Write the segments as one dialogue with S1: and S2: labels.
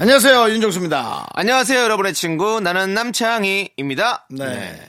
S1: 안녕하세요 윤정수입니다.
S2: 안녕하세요, 여러분의 친구. 나는 남창희입니다.
S1: 네.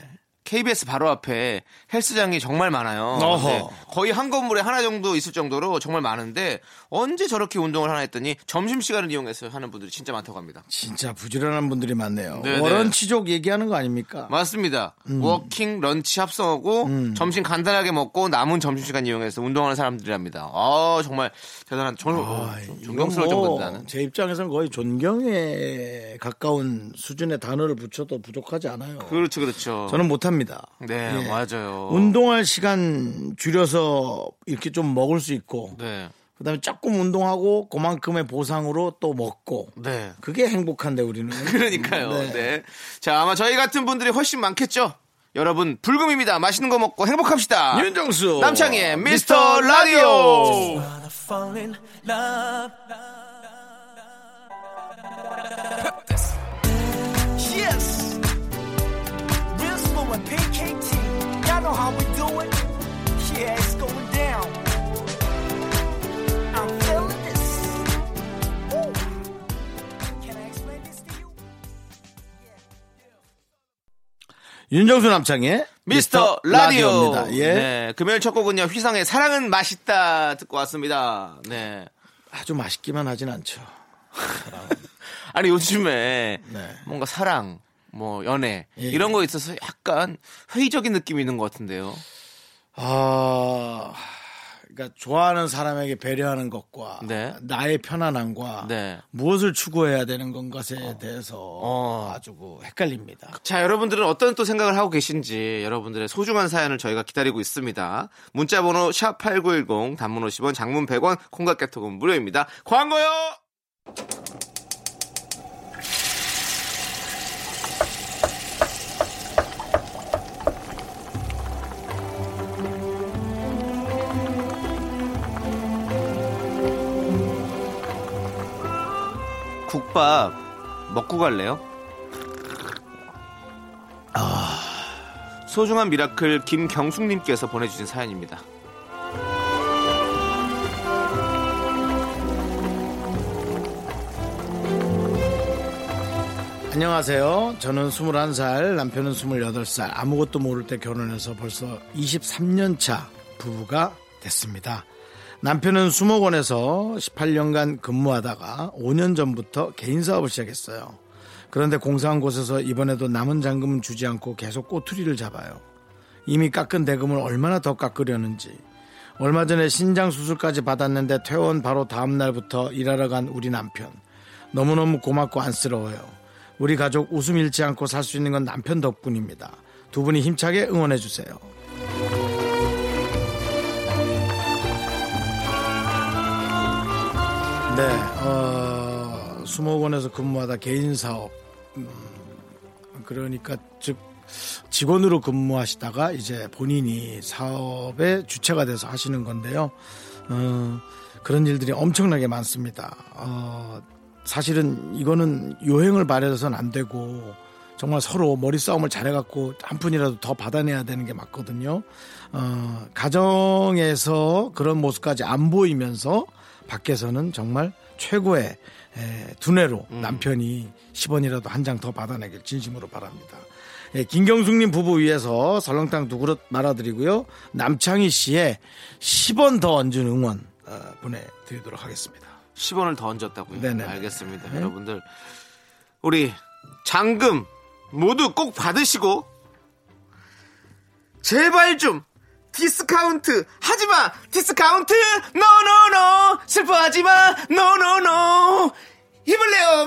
S2: KBS 바로 앞에 헬스장이 정말 많아요.
S1: 어허.
S2: 근데 거의 한 건물에 하나 정도 있을 정도로 정말 많은데 언제 저렇게 운동을 하나 했더니 점심시간을 이용해서 하는 분들이 진짜 많다고 합니다.
S1: 진짜 부지런한 분들이 많네요.
S2: 네네.
S1: 월원치족 얘기하는 거 아닙니까?
S2: 맞습니다.
S1: 음.
S2: 워킹, 런치 합성하고 점심 간단하게 먹고 남은 점심시간 이용해서 운동하는 사람들이랍니다. 아, 정말 대단한, 정말
S1: 이건
S2: 존경스러울
S1: 뭐
S2: 정도입니다. 나는.
S1: 제 입장에서는 거의 존경에 가까운 수준의 단어를 붙여도 부족하지 않아요.
S2: 그렇죠, 그렇죠.
S1: 저는 못합니다.
S2: 네,
S1: 예.
S2: 맞아요.
S1: 운동할 시간 줄여서 이렇게 좀 먹을 수 있고
S2: 네.
S1: 그다음에 조금 운동하고 그만큼의 보상으로 또 먹고
S2: 네.
S1: 그게 행복한데 우리는
S2: 그러니까요.
S1: 네.
S2: 네. 자, 아마 저희 같은 분들이 훨씬 많겠죠? 여러분, 불금입니다. 맛있는 거 먹고 행복합시다.
S1: 윤정수
S2: 남창희의 미스터 라디오!
S3: Yes. Real slow and PKT. Y'all know how we do it. Yeah, it's going down. I'm feeling this. Woo. Can I explain this to you?
S1: 윤정수 남창희의
S2: 미스터 라디오.
S1: 라디오입니다. 예.
S2: 네. 금요일 첫 곡은요, 휘상의 사랑은 맛있다 듣고 왔습니다. 네.
S1: 아주 맛있기만 하진 않죠.
S2: 아니, 요즘에
S1: 네.
S2: 뭔가 사랑, 뭐, 연애,
S1: 예.
S2: 이런 거 있어서 약간 회의적인 느낌이 있는 것 같은데요.
S1: 아, 그러니까 좋아하는 사람에게 배려하는 것과
S2: 네.
S1: 나의 편안함과
S2: 네.
S1: 무엇을 추구해야 되는 건가에 대해서
S2: 어.
S1: 아주 그 헷갈립니다.
S2: 자, 여러분들은 어떤 또 생각을 하고 계신지 여러분들의 소중한 사연을 저희가 기다리고 있습니다. 문자 번호 샵8910 단문 50원, 장문 100원, 콩깍 개톡은 무료입니다. 광고요. 국밥 먹고 갈래요? 소중한 미라클 김경숙님께서 보내주신 사연입니다.
S1: 안녕하세요. 저는 21살, 남편은 28살, 아무것도 모를 때 결혼해서 벌써 23년 차 부부가 됐습니다. 남편은 수목원에서 18년간 근무하다가 5년 전부터 개인 사업을 시작했어요. 그런데 공사한 곳에서 이번에도 남은 잔금은 주지 않고 계속 꼬투리를 잡아요. 이미 깎은 대금을 얼마나 더 깎으려는지. 얼마 전에 신장 수술까지 받았는데 퇴원 바로 다음 날부터 일하러 간 우리 남편. 너무너무 고맙고 안쓰러워요. 우리 가족 웃음 잃지 않고 살 수 있는 건 남편 덕분입니다. 두 분이 힘차게 응원해 주세요. 네, 어, 수목원에서 근무하다 개인 사업. 음, 그러니까 즉 직원으로 근무하시다가 이제 본인이 사업의 주체가 돼서 하시는 건데요. 어, 그런 일들이 엄청나게 많습니다. 어, 사실은 이거는 요행을 발휘해서는 안 되고 정말 서로 머리 싸움을 잘해갖고 한 푼이라도 더 받아내야 되는 게 맞거든요. 어, 가정에서 그런 모습까지 안 보이면서 밖에서는 정말 최고의 에, 두뇌로 남편이 10원이라도 한 장 더 받아내길 진심으로 바랍니다. 예, 김경숙님 부부 위해서 설렁탕 두 그릇 말아드리고요. 남창희 씨의 10원 더 얹은 응원 어, 보내드리도록 하겠습니다.
S2: 10원을 더 얹었다고요.
S1: 네네.
S2: 알겠습니다. 여러분들 우리 장금 모두 꼭 받으시고 제발 좀 디스카운트 하지마 디스카운트 노노노 슬퍼하지마 노노노 힘을내요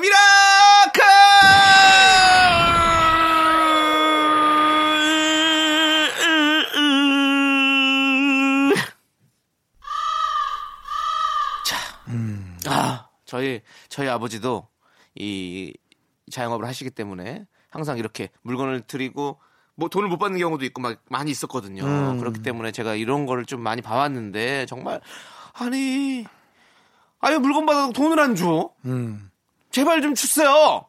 S2: 미라클 아, 저희 저희 아버지도 이 자영업을 하시기 때문에 항상 이렇게 물건을 드리고 뭐 돈을 못 받는 경우도 있고 막 많이 있었거든요. 그렇기 때문에 제가 이런 거를 좀 많이 봐왔는데 정말 아니 아니 물건 받아도 돈을 안 줘.
S1: 음.
S2: 제발 좀 주세요.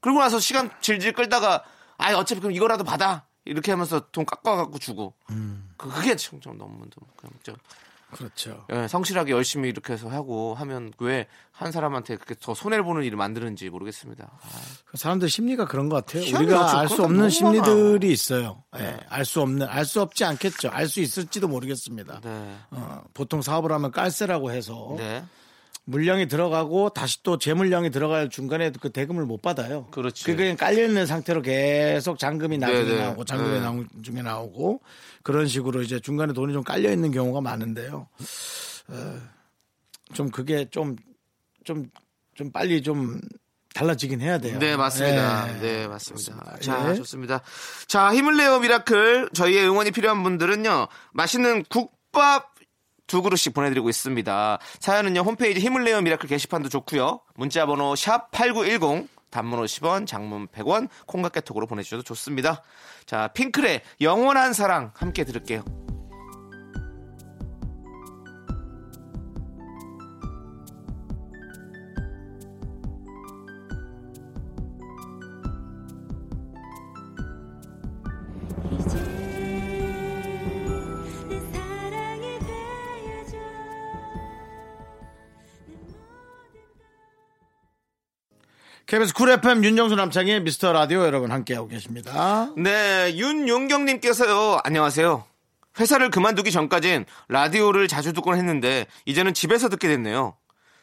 S2: 그러고 나서 시간 질질 끌다가 아 어차피 그럼 이거라도 받아 이렇게 하면서 돈 깎아갖고 주고 그- 그게 참, 좀 너무 좀 그냥 좀
S1: 그렇죠.
S2: 예, 성실하게 열심히 이렇게 해서 하고 하면 왜 한 사람한테 그렇게 더 손해를 보는 일을 만드는지 모르겠습니다. 아,
S1: 사람들 심리가 그런 것 같아요.
S2: 희한해요.
S1: 우리가
S2: 저
S1: 알 수
S2: 그런
S1: 없는
S2: 거 너무 많아요.
S1: 심리들이 있어요. 예, 알수 없는, 알 수 없지 않겠죠. 알 수 있을지도 모르겠습니다.
S2: 네.
S1: 어, 보통 사업을 하면 깔세라고 해서
S2: 네.
S1: 물량이 들어가고 다시 또 재물량이 들어갈 중간에 그 대금을 못 받아요.
S2: 그렇지.
S1: 그게 깔려있는 상태로 계속 잔금이 나중에
S2: 네네.
S1: 나오고 잔금이
S2: 네.
S1: 나중에 나오고 그런 식으로 이제 중간에 돈이 좀 깔려있는 경우가 많은데요. 어, 좀 그게 좀 좀 좀 빨리 좀 달라지긴 해야 돼요.
S2: 네, 맞습니다.
S1: 예.
S2: 네, 맞습니다.
S1: 그렇습니다.
S2: 자,
S1: 예.
S2: 좋습니다. 자, 힘을 내요 미라클. 저희의 응원이 필요한 분들은요. 맛있는 국밥 두 그릇씩 보내드리고 있습니다. 사연은요. 홈페이지 힘을 내요 미라클 게시판도 좋고요. 문자번호 샵 8910. 단문 50원, 장문 100원, 콩깍개톡으로 보내주셔도 좋습니다. 자, 핑클의 영원한 사랑 함께 들을게요.
S4: 이제 내 사랑이 되어줘 내 모든
S1: KBS 쿨 FM 윤정수 남창의 미스터 라디오 여러분 함께하고 계십니다.
S2: 네, 윤용경님께서요. 안녕하세요. 회사를 그만두기 전까진 라디오를 자주 듣곤 했는데 이제는 집에서 듣게 됐네요.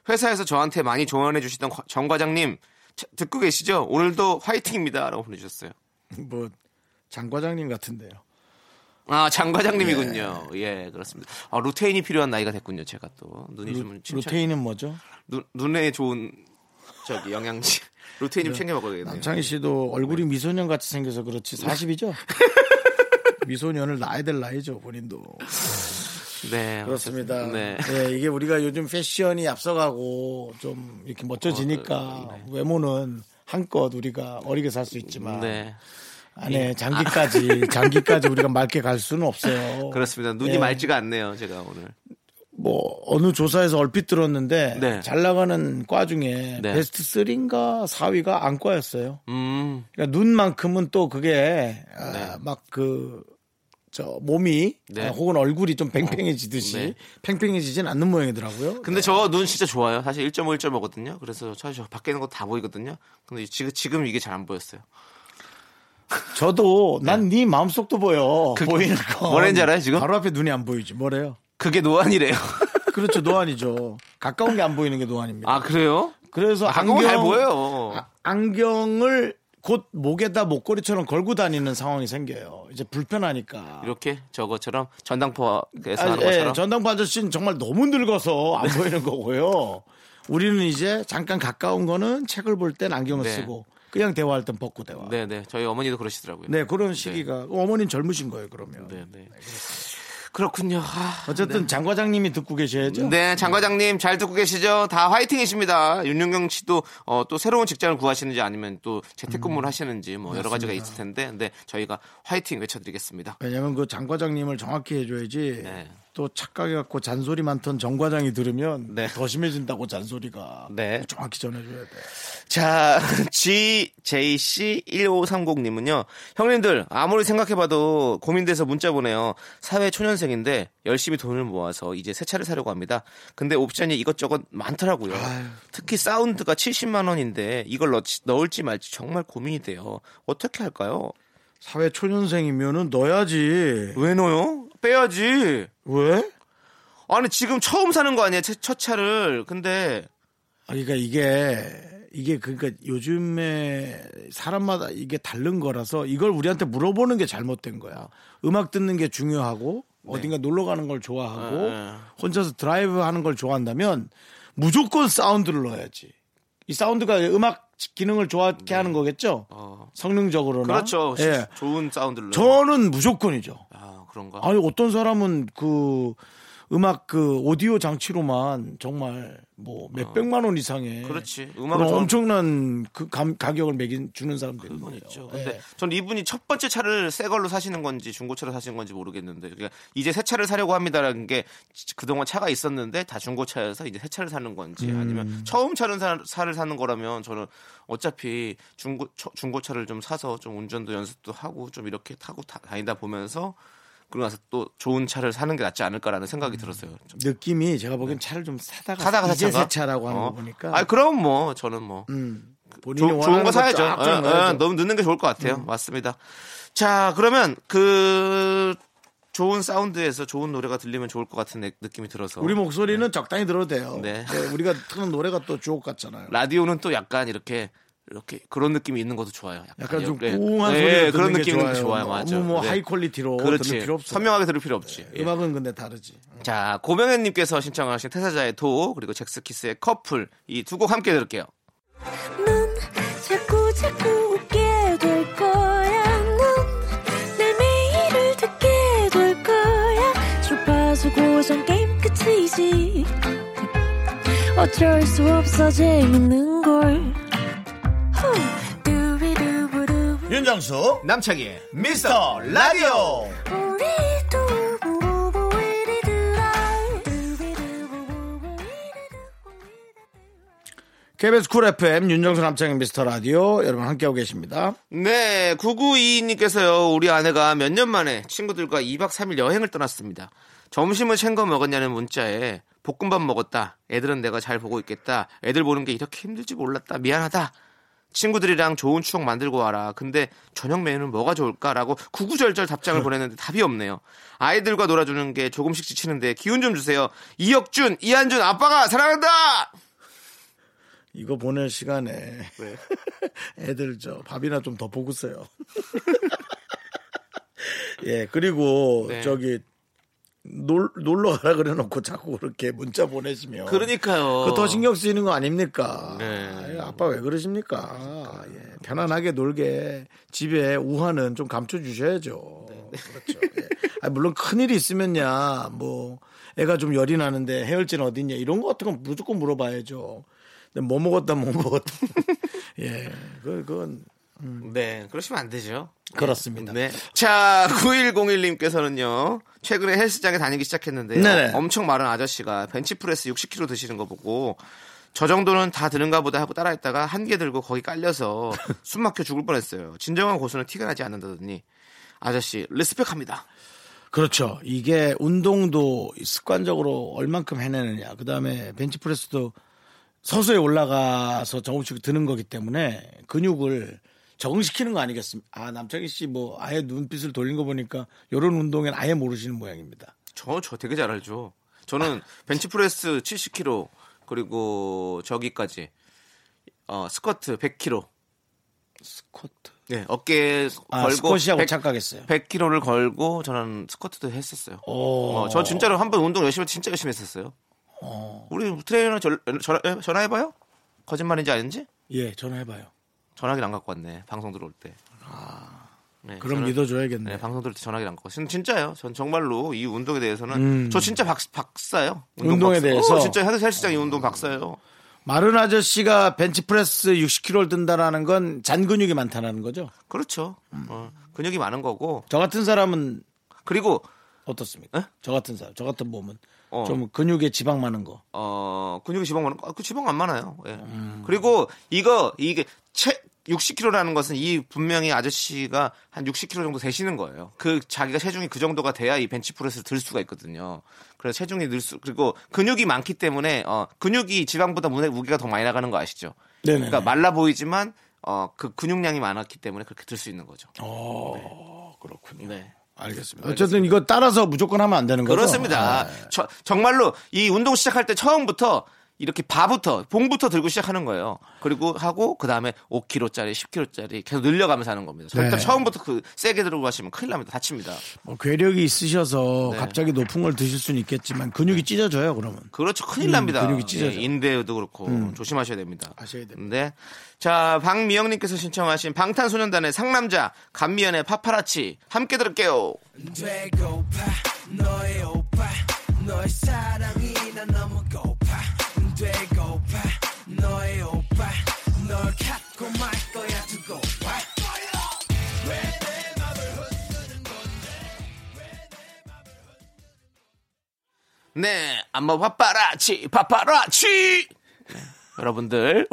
S2: 회사에서 저한테 많이 조언해 주시던 과- 정 과장님 자- 듣고 계시죠? 오늘도 화이팅입니다라고 보내주셨어요.
S1: 뭐 장과장님 같은데요.
S2: 아, 장 과장님이군요. 예, 그렇습니다. 아, 루테인이 필요한 나이가 됐군요. 제가 또 눈이 좀 침착-
S1: 루테인은 뭐죠?
S2: 눈- 눈에 좋은 저기 영양제 루테인 좀 챙겨 먹어야겠네요. 네.
S1: 남창희 씨도 얼굴이 미소년 같이 생겨서 그렇지 40이죠? 미소년을 낳아야 될 나이죠 본인도
S2: 네,
S1: 그렇습니다.
S2: 네.
S1: 네. 이게 우리가 요즘 패션이 앞서가고 좀 이렇게 멋져지니까
S2: 어,
S1: 외모는 한껏 우리가 어리게 살 수 있지만
S2: 네. 아.
S1: 안에 장기까지 장기까지 우리가 맑게 갈 수는 없어요.
S2: 그렇습니다. 눈이
S1: 네.
S2: 맑지가 않네요. 제가 오늘.
S1: 뭐 어느 조사에서 얼핏 들었는데
S2: 네.
S1: 잘 나가는 과 중에
S2: 네.
S1: 베스트 3인가 4위가 안과였어요.
S2: 음.
S1: 그러니까 눈만큼은 또 그게 아, 막 그 저 몸이
S2: 네.
S1: 아, 혹은 얼굴이 좀 팽팽해지듯이
S2: 네. 그
S1: 팽팽해지진 않는 모양이더라고요.
S2: 근데 저 눈 진짜 좋아요. 사실 1.5, 1.5거든요. 그래서 사실 저 밖에 있는 거 다 보이거든요. 근데 지금, 지금 이게 잘 안 보였어요.
S1: 저도 난 네 마음속도 보여.
S2: 그-
S1: 보이는 거.
S2: 뭐라는지 알아요, 지금?
S1: 바로 앞에 눈이 안 보이지. 뭐래요?
S2: 그게 노안이래요.
S1: 그렇죠. 노안이죠. 가까운 게 안 보이는 게 노안입니다.
S2: 아, 그래요?
S1: 그래서
S2: 안경
S1: 안경
S2: 잘 보여요.
S1: 아, 안경을 곧 목에다 목걸이처럼 걸고 다니는 상황이 생겨요. 이제 불편하니까.
S2: 이렇게 저거처럼 전당포에서
S1: 아,
S2: 하는
S1: 예,
S2: 것처럼.
S1: 전당포 아저씨는 정말 너무 늙어서 안 보이는 거고요. 우리는 이제 잠깐 가까운 거는 책을 볼 땐 안경을
S2: 네.
S1: 쓰고 그냥 대화할 땐 벗고 대화. 네,
S2: 네네. 저희 어머니도 그러시더라고요.
S1: 그런 시기가 어머님 젊으신 거예요 그러면.
S2: 네네. 그렇군요. 아,
S1: 어쨌든 장 과장님이 듣고 계셔야죠.
S2: 네, 장과장님 잘 듣고 계시죠? 다 화이팅이십니다. 윤용경 씨도 어, 또 새로운 직장을 구하시는지 아니면 또 재택근무를 하시는지 뭐 여러 가지가 있을 텐데, 근데 저희가 화이팅 외쳐드리겠습니다.
S1: 왜냐하면 그 장 과장님을 정확히 해줘야지.
S2: 네.
S1: 또 착각해 갖고 잔소리 많던 정 과장이 들으면
S2: 네.
S1: 더 심해진다고 잔소리가
S2: 네.
S1: 정확히 전해줘야 돼.
S2: 자, GJC1530님은요, 형님들, 아무리 생각해봐도 고민돼서 문자 보내요. 사회 초년생인데, 열심히 돈을 모아서 이제 새 차를 사려고 합니다. 근데 옵션이 이것저것 많더라고요. 특히 사운드가 70만원인데, 이걸 넣, 넣을지 말지 정말 고민이 돼요. 어떻게 할까요?
S1: 사회 초년생이면은 넣어야지.
S2: 왜 넣어요? 빼야지.
S1: 왜?
S2: 아니, 지금 처음 사는 거 아니에요? 첫 차를. 근데,
S1: 아, 그러니까 이게 이게 그러니까 요즘에 사람마다 이게 다른 거라서 이걸 우리한테 물어보는 게 잘못된 거야. 음악 듣는 게 중요하고 어딘가 놀러 가는 걸 좋아하고
S2: 네.
S1: 혼자서 드라이브 하는 걸 좋아한다면 무조건 사운드를 넣어야지. 이 사운드가 음악 기능을 좋게 하는 거겠죠.
S2: 네. 어.
S1: 성능적으로나.
S2: 그렇죠.
S1: 예.
S2: 좋은 사운드를. 넣어요.
S1: 저는 무조건이죠.
S2: 아, 그런가?
S1: 아니 어떤 사람은 그 음악 그 오디오 장치로만 정말 뭐 몇백만 원 이상의
S2: 어. 그렇지.
S1: 그런
S2: 음악을 좀-
S1: 엄청난 그 감, 가격을 매긴 주는 사람들이
S2: 그건
S1: 있네요.
S2: 있죠.
S1: 예.
S2: 그렇죠. 근데 전 이분이 첫 번째 차를 새 걸로 사시는 건지 중고차로 사시는 건지 모르겠는데 그러니까 이제 새 차를 사려고 합니다라는 게 그동안 차가 있었는데 다 중고차여서 이제 새 차를 사는 건지 아니면 처음 차를 사, 차를 사는 거라면 저는 어차피 중고 처- 중고차를 좀 사서 좀 운전도 연습도 하고 좀 이렇게 타고 다, 다니다 보면서 그러고 나서 또 좋은 차를 사는 게 낫지 않을까라는 생각이 들었어요. 좀
S1: 느낌이 제가 보기엔 차를 좀 사다가,
S2: 네. 사다가
S1: 음. 이제
S2: 사차가?
S1: 새 차라고 하는
S2: 어.
S1: 거 보니까
S2: 아 그럼 뭐 저는 뭐
S1: 음, 본인이
S2: 조- 좋은
S1: 원하는
S2: 거 사야죠.
S1: 쫙쫙
S2: 예, 예,
S1: 넣어야죠. 음.
S2: 너무 늦는 게 좋을 것 같아요. 맞습니다. 자, 그러면 그 좋은 사운드에서 좋은 노래가 들리면 좋을 것 같은 느- 느낌이 들어서
S1: 우리 뭐 목소리는 적당히 들어도 돼요.
S2: 네.
S1: 예, 우리가 트는 노래가 또 주옥 같잖아요.
S2: 라디오는 또 약간 이렇게 이렇게 그런 느낌이 있는 것도 좋아요.
S1: 약간 좀
S2: 예,
S1: 꽁한
S2: 예,
S1: 소리를 듣는
S2: 그런
S1: 게
S2: 느낌이
S1: 좋아요.
S2: 맞아. 네.
S1: 너무 뭐 하이 퀄리티로
S2: 그렇지.
S1: 들을 필요 없어요.
S2: 선명하게 들을 필요 없지. 예.
S1: 음악은 근데 다르지.
S2: 자, 고명현님께서 신청하신 태사자의 도 그리고 잭스키스의 커플 이 두 곡 함께 들을게요.
S4: 넌 자꾸 자꾸 웃게 될 거야. 넌내 매일을 듣게 될 거야. 주파수 고정 게임 끝이지. 어쩔 수 없어 재밌는 걸. 후. 두비두부두부.
S5: 윤정수
S2: 남창희의
S5: 미스터 라디오
S4: 우리 두부부부 우리들아. 두비두부부부 우리들아.
S1: KBS 쿨 FM 윤정수 남창의 미스터 라디오 여러분 함께하고 계십니다.
S2: 네, 9922님께서요, 우리 아내가 몇 년 만에 친구들과 2박 3일 여행을 떠났습니다. 점심을 챙겨 먹었냐는 문자에 볶음밥 먹었다. 애들은 내가 잘 보고 있겠다. 애들 보는 게 이렇게 힘들지 몰랐다. 미안하다. 친구들이랑 좋은 추억 만들고 와라. 근데 저녁 메뉴는 뭐가 좋을까라고 구구절절 답장을 보냈는데 답이 없네요. 아이들과 놀아주는 게 조금씩 지치는데 기운 좀 주세요. 이혁준, 이한준 아빠가 사랑한다.
S1: 이거 보낼 시간에
S2: 네.
S1: 애들 저 밥이나 좀 더 보고세요. 예 그리고
S2: 네.
S1: 저기 놀, 놀러 가라 그래놓고 자꾸 그렇게 문자 보내시면
S2: 그러니까요.
S1: 그더 신경 쓰이는 거 아닙니까?
S2: 어. 네.
S1: 아유, 아빠 왜 그러십니까? 예, 편안하게 놀게 집에 우환은 좀 감춰 주셔야죠. 그렇죠. 예. 아, 물론 큰 일이 있으면야 뭐 애가 좀 열이 나는데 해열제는 어딨냐 이런 거 같은 건 무조건 물어봐야죠. 근데 뭐 먹었다 뭐 먹었다. 예, 그- 그건
S2: 네, 그러시면 안 되죠.
S1: 그렇습니다.
S2: 네. 자, 9101님께서는요. 최근에 헬스장에 다니기 시작했는데요.
S1: 네네.
S2: 엄청 마른 아저씨가 벤치프레스 60kg 드시는 거 보고 저 정도는 다 드는가 보다 하고 따라했다가 한 개 들고 거기 깔려서 숨 막혀 죽을 뻔했어요. 진정한 고수는 티가 나지 않는다더니 아저씨 리스펙합니다.
S1: 그렇죠. 이게 운동도 습관적으로 얼만큼 해내느냐. 그 다음에 벤치프레스도 서서히 올라가서 조금씩 드는 거기 때문에 근육을 적응시키는 거 아니겠습니까? 아, 남창희 씨 뭐 아예 눈빛을 돌린 거 보니까 이런 운동엔 아예 모르시는 모양입니다.
S2: 저, 저 되게 잘 알죠. 저는 벤치프레스 70kg 그리고 저기까지 어, 스쿼트 100kg
S1: 스쿼트.
S2: 네, 어깨
S1: 아,
S2: 걸고
S1: 스쿼시하고
S2: 100
S1: 착각했어요.
S2: 100kg를 걸고 저는 스쿼트도 했었어요.
S1: 오.
S2: 어, 저 진짜로 한 번 운동 열심히 진짜 열심히 했었어요. 우리 트레이너 전, 전화, 해봐요 거짓말인지 아닌지?
S1: 예, 전화해봐요.
S2: 전화기를 안 갖고 왔네. 방송 들어올 때. 네,
S1: 아. 그럼
S2: 저는-
S1: 믿어줘야겠네.
S2: 네,
S1: 요
S2: 방송 들을 때 전화기를 안 갖고 왔어요. 진짜예요. 전 정말로 이 운동에 대해서는
S1: 음.
S2: 저 진짜 박, 박사예요. 운동
S1: 운동에
S2: 박사.
S1: 대해서? 음.
S2: 어, 진짜 헬스장 이 운동 박사예요.
S1: 마른 아저씨가 벤치프레스 60kg를 든다라는 건 잔 근육이 많다는 거죠.
S2: 그렇죠.
S1: 음.
S2: 어, 근육이 많은 거고
S1: 저 같은 사람은
S2: 그리고
S1: 어떻습니까?
S2: 에?
S1: 저 같은 사람, 저 같은 몸은
S2: 어.
S1: 좀 근육에 지방 많은 거.
S2: 어 근육이 지방 많은 거그 지방 안 많아요. 예.
S1: 음.
S2: 그리고 이거 이게 채 60kg라는 것은 이 분명히 아저씨가 한 60kg 정도 되시는 거예요. 그 자기가 체중이 그 정도가 돼야 이 벤치프레스를 들 수가 있거든요. 그래서 체중이 늘 수 그리고 근육이 많기 때문에 어 근육이 지방보다 무게, 무게가 더 많이 나가는 거 아시죠?
S1: 네네.
S2: 그러니까 말라 보이지만 어 그 근육량이 많았기 때문에 그렇게 들 수 있는 거죠.
S1: 어, 그렇군요.
S2: 네.
S1: 알겠습니다. 어쨌든 이거 따라서 무조건 하면 안 되는 거죠.
S2: 그렇습니다.
S1: 아,
S2: 저- 정말로 이 운동 시작할 때 처음부터 이렇게 바부터 봉부터 들고 시작하는 거예요. 그리고 하고 그 다음에 5kg짜리, 10kg짜리 계속 늘려가면서 하는 겁니다.
S1: 네.
S2: 절대 처음부터 그 세게 들고 하시면 큰일 납니다. 다칩니다.
S1: 뭐 괴력이 있으셔서
S2: 네.
S1: 갑자기 높은 걸 드실 수는 있겠지만 근육이 찢어져요. 그러면
S2: 그렇죠. 큰일
S1: 음,
S2: 납니다.
S1: 근육이 찢어져. 음.
S2: 예, 인대도 그렇고 조심하셔야 됩니다.
S1: 아셔야 됩니다.
S2: 네. 자, 박미영님께서 신청하신 방탄소년단의 상남자, 감미연의 파파라치 함께 들을게요.
S3: 되고파 너의 오빠 너의 너의 사랑이 난 너무 고파 되고파 너의 오빠 널 갖고 말 거야 두고 봐
S2: 네, 안마 파파라치, 파파라치! 네, 여러분들,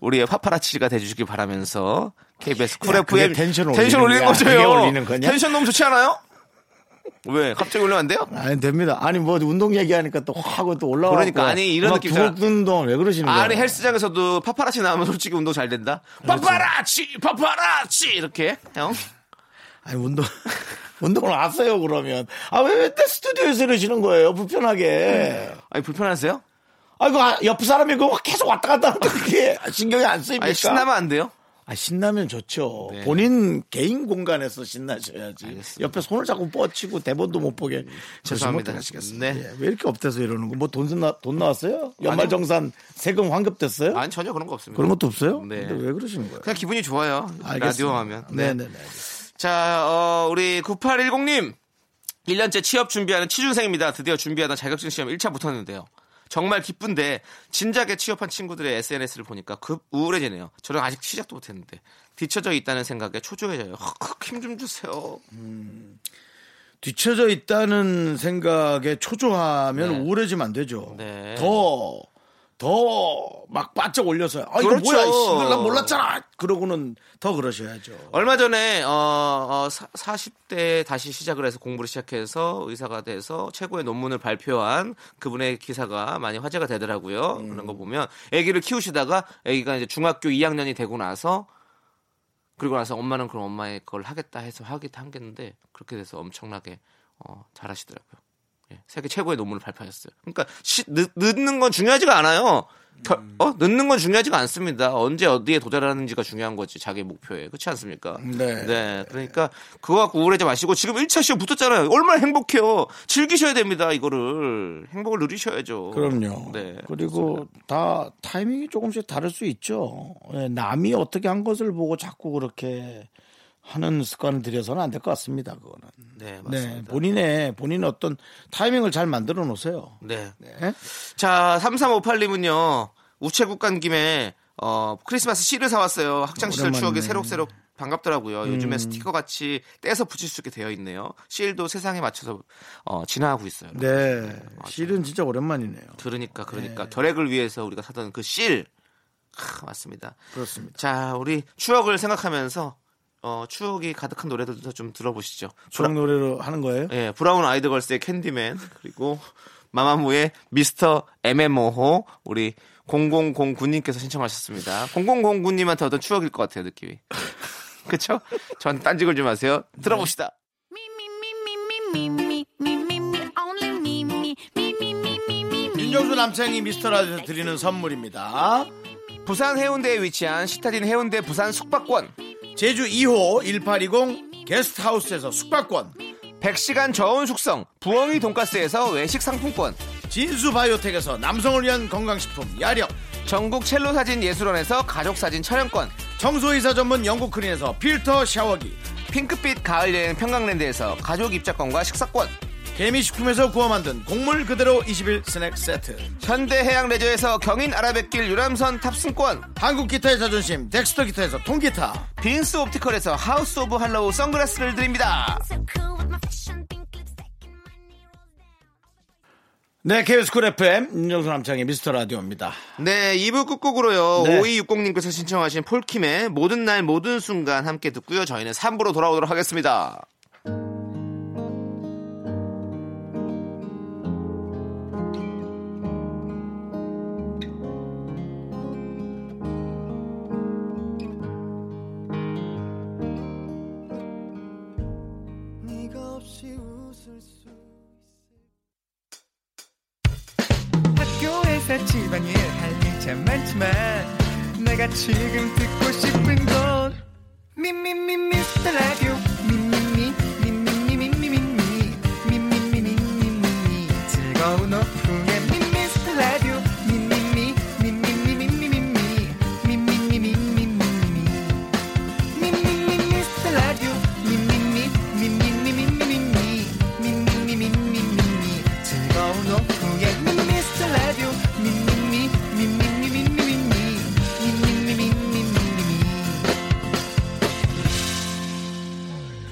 S2: 우리의 파파라치가 되주시길 바라면서 KBS 쿨
S1: 야,
S2: FM
S1: 그게 텐션
S2: 텐션
S1: 올리는
S2: 올리는
S1: 거야?
S2: 거죠.
S1: 그게 올리는 거냐?
S2: 텐션 너무 좋지 않아요? 왜? 갑자기 올리면 안 돼요?
S1: 아니 됩니다. 아니 뭐 운동 얘기하니까 또 하고 또 올라와.
S2: 그러니까, 아니, 이런 느낌이잖아.
S1: 부곡 운동 왜 그러시는 거예요?
S2: 아니, 헬스장에서도 파파라치 나오면 솔직히 운동 잘 된다. 파파라치, 파파라치! 이렇게, 형.
S1: 아니 운동 운동을 왔어요 그러면 아왜왜때 스튜디오에서 이러시는 거예요 불편하게.
S2: 아니, 불편하세요?
S1: 아이고 아, 옆 사람이 그거 계속 왔다 갔다 하는데 그게 신경이 안 쓰입니까?
S2: 아니, 신나면 안 돼요?
S1: 아, 신나면 좋죠.
S2: 네.
S1: 본인 개인 공간에서 신나셔야지.
S2: 알겠습니다. 음,
S1: 옆에 손을 자꾸 뻗치고 대본도 못 보게.
S2: 죄송합니다.
S1: 하시겠어요.
S2: 네.
S1: 왜 이렇게 업돼서 이러는 거? 뭐 돈 돈 나왔어요? 연말정산 세금 환급됐어요?
S2: 아니, 전혀 그런 거 없습니다.
S1: 그런 것도 없어요?
S2: 네.
S1: 근데 왜 그러시는 거예요?
S2: 그냥 기분이 좋아요. 라디오 하면.
S1: 네,
S2: 네.
S1: 네, 네.
S2: 자, 어, 우리 9810님. 1년째 취업 준비하는 취준생입니다. 드디어 준비하다 자격증 시험 1차 붙었는데요. 정말 기쁜데 진작에 취업한 친구들의 SNS를 보니까 급 우울해지네요. 저는 아직 시작도 못했는데 뒤쳐져 있다는 생각에 초조해져요. 어, 힘 좀 주세요.
S1: 뒤쳐져 있다는 생각에 초조하면
S2: 네.
S1: 우울해지면 안 되죠.
S2: 네.
S1: 더, 더 막 바짝 올려서요. 아, 이거
S2: 그렇죠.
S1: 뭐야, 이씨. 난 몰랐잖아. 그러고는 더 그러셔야죠.
S2: 얼마 전에 어, 어, 사, 40대 다시 시작을 해서 공부를 시작해서 의사가 돼서 최고의 논문을 발표한 그분의 기사가 많이 화제가 되더라고요. 그런 거 보면 아기를 키우시다가 아기가 이제 중학교 2학년이 되고 나서 그리고 나서 엄마는 그럼 엄마의 걸 하겠다 해서 하겠다 한 게는데 그렇게 돼서 엄청나게 어, 잘하시더라고요. 예, 세계 최고의 논문을 발표하셨어요. 그러니까 시- 늦, 는건 중요하지가 않아요. 결-
S1: 음.
S2: 어? 늦는 건 중요하지가 않습니다. 언제 어디에 도달하는지가 중요한 거지 자기 목표에 그렇지 않습니까?
S1: 네.
S2: 그러니까 그거 갖고 우울하지 마시고 지금 1차 시험 붙었잖아요. 얼마나 행복해요. 즐기셔야 됩니다. 이거를 행복을 누리셔야죠.
S1: 그럼요.
S2: 네.
S1: 그리고 다 타이밍이 조금씩 다를 수 있죠. 예, 남이 어떻게 한 것을 보고 자꾸 그렇게 하는 습관을 들여서는 안 될 것 같습니다. 그거는.
S2: 네
S1: 네,
S2: 맞습니다.
S1: 본인의 본인 어떤 타이밍을 잘 만들어 놓으세요.
S2: 네.
S1: 네.
S2: 자, 3358님은요, 우체국 간 김에, 어, 크리스마스 씨를 사왔어요. 학창시절
S1: 오랜만이네. 음.
S2: 추억이 새록새록 반갑더라고요. 요즘에 스티커 같이 떼서 붙일 수 있게 되어 있네요. 씨일도 세상에 맞춰서, 어, 진화하고 있어요.
S1: 네, 실은 진짜 오랜만이네요.
S2: 그러니까, 그러니까. 결핵을 위해서 우리가 사던 그 실. 크, 맞습니다.
S1: 그렇습니다.
S2: 자, 우리 추억을 생각하면서, 어, 추억이 가득한 노래들도 좀 들어보시죠.
S1: 주락 노래로 하는 거예요?
S2: 예, 브라운 아이드 걸스의 캔디맨 그리고 마마무의 미스터 MMO호 우리 0009님께서 신청하셨습니다. 0009님한테 어떤 추억일 것 같아요 느낌이. 그쵸? 전 딴직을 좀 하세요. 들어봅시다.
S4: Me, me, me, me, me, me, me, me, me, me, only me, me, me, me, me, me, me, me.
S1: 윤정수 남창이 미스터 라디오에서 드리는 선물입니다.
S2: 네. 부산 해운대에 위치한 시타딘 해운대 부산 숙박권
S1: 제주 2호 1820 게스트하우스에서 숙박권,
S2: 100시간 저온 숙성 부엉이 돈가스에서 외식 상품권
S1: 진수 바이오텍에서 남성을 위한 건강식품 야력,
S2: 전국 첼로 사진 예술원에서 가족 사진 촬영권
S1: 청소이사 전문 영국 크린에서 필터 샤워기
S2: 핑크빛 가을 여행 평강랜드에서 가족 입장권과 식사권
S1: 개미식품에서 구워 만든 곡물 그대로 21 스낵 세트
S2: 현대해양레저에서 경인 아라뱃길 유람선 탑승권
S1: 한국 기타의 자존심 덱스터 기타에서 통기타
S2: 빈스 옵티컬에서 하우스 오브 할로우 선글라스를 드립니다.
S4: So cool with my fashion pink lipstick and my knee rolls down.
S1: 네 KBS 쿨 FM 윤정수 남창의 미스터 라디오입니다
S2: 네, 2부 끝곡으로요.
S1: 네.
S2: 5260님께서 신청하신 폴킴의 모든 날 모든 순간 함께 듣고요. 저희는 3부로 돌아오도록 하겠습니다.
S6: 학교에서 집안일 할 일 참 많지만 내가 지금 듣고 싶은 건 미미미 미스터 라디오 미미미 미미미 미미미 미미미 미미미 즐거운 오후에 미스터 라디오 미미미 미미미 미미미 미미미 미미미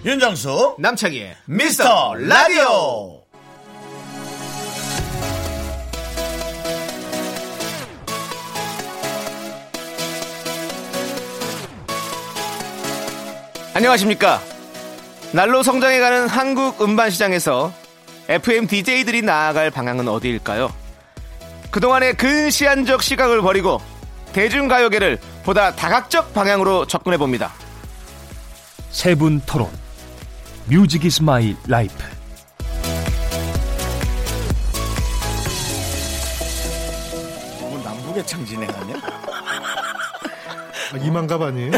S1: 윤정수
S2: 남창희의
S1: 미스터 라디오
S2: 안녕하십니까. 날로 성장해가는 한국 음반 시장에서 FM DJ들이 나아갈 방향은 어디일까요? 그동안의 근시안적 시각을 버리고 대중가요계를 보다 다각적 방향으로 접근해 봅니다.
S7: 세분 토론. 뮤직 이즈 마이 라이프.
S1: 뭐 남북의 창 진행하냐?
S8: 이만갑 아니에요?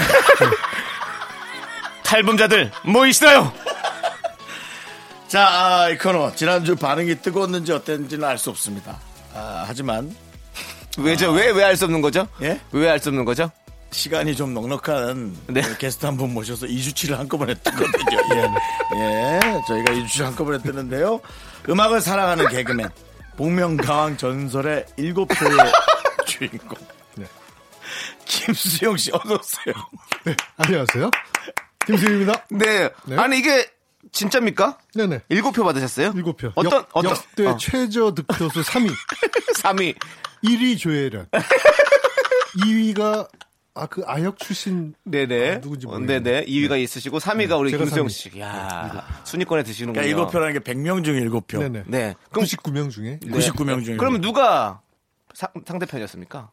S2: 탈북자들 뭐 모이시나요?
S1: 자, 아, 이 코너 지난주 반응이 뜨거웠는지 어땠는지는 알 수 없습니다. 아, 하지만
S2: 왜죠? 왜 왜 알 수 없는 거죠?
S1: 예?
S2: 왜 알 수 없는 거죠?
S1: 시간이 좀 넉넉한 그
S2: 네.
S1: 게스트 한 분 모셔서 2주치를 한꺼번에 뜨거든요. 예. 예, 저희가 2주치를 한꺼번에 뜨는데요. 음악을 사랑하는 개그맨 복면가왕 전설의 일곱 표의 주인공 김수영 씨 어서 오세요.
S8: 안녕하세요. 김수입니다.
S2: 네.
S8: 네.
S2: 아니 이게 진짜입니까?
S8: 네네.
S2: 일곱 표 받으셨어요?
S8: 일곱 표.
S2: 어떤
S8: 역,
S2: 어떤
S8: 역대 네, 최저 득표수 3위.
S2: 3위.
S8: 1위 조혜련. 2위가 아 그 아역 출신
S2: 네네.
S8: 아, 누군지
S2: 어,
S8: 모르겠네. 네,
S2: 네네. 2위가 있으시고 3위가 우리
S8: 제가
S2: 김수영
S8: 삼위.
S2: 씨. 야 순위권에 드시는군요.
S1: 그러니까 일곱 표라는 게 100명 중 일곱 표.
S8: 네네.
S2: 네. 그럼
S8: 99명 중에 뭐.
S2: 네.
S1: 99명 중에.
S2: 그러면 누가 상, 상대편이었습니까?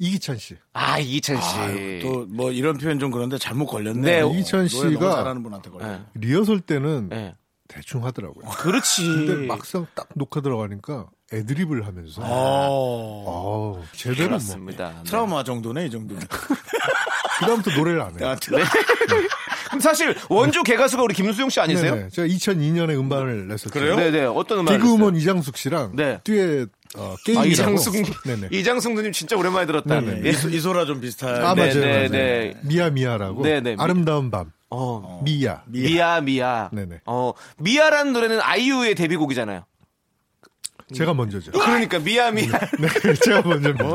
S8: 이기찬 씨.
S2: 아 이기찬 씨.
S1: 또 뭐 이런 표현 좀 그런데 잘못 걸렸네.
S2: 네,
S8: 이기찬
S1: 노래 너무
S8: 씨가-
S1: 잘하는 분한테 걸려.
S2: 네.
S1: 네.
S8: 리허설 때는
S2: 네. 아,
S8: 대충 하더라고요.
S2: 그렇지.
S8: 근데 막상 딱 녹화 들어가니까 애드립을 하면서
S2: 아.
S1: 어.
S8: 아우, 제대로 뭐
S2: 그렇습니다. 네.
S1: 트라우마 정도네 이 정도면.
S8: 그다음부터 노래를 안 해요.
S2: 네. 그럼 사실 원조 개가수가 우리 김수영 씨 아니세요?
S8: 네. 네네. 제가 2002년에 음반을 냈었죠.
S2: 네네. 어떤 음악?
S8: 개그우먼 이장숙 씨랑
S2: 네.
S8: 듀엣 어, 게임이라고.
S2: 아, 이장숙
S8: 네네.
S2: 이장숙 누님 진짜 오랜만에 들었다.
S8: 네네.
S2: 예.
S1: 이소- 이소라 좀 비슷한.
S8: 아, 맞아요.
S2: 네,
S8: 맞아요.
S2: 네.
S8: 미야 미야라고.
S2: 네, 네.
S8: 아름다운 밤.
S2: 어.
S8: 미야.
S2: 미야 미야.
S8: 네네.
S2: 어 미야라는 노래는 아이유의 데뷔곡이잖아요.
S8: 제가 먼저죠.
S2: 그러니까 미야 미야.
S8: 네, 제가 먼저. 뭐?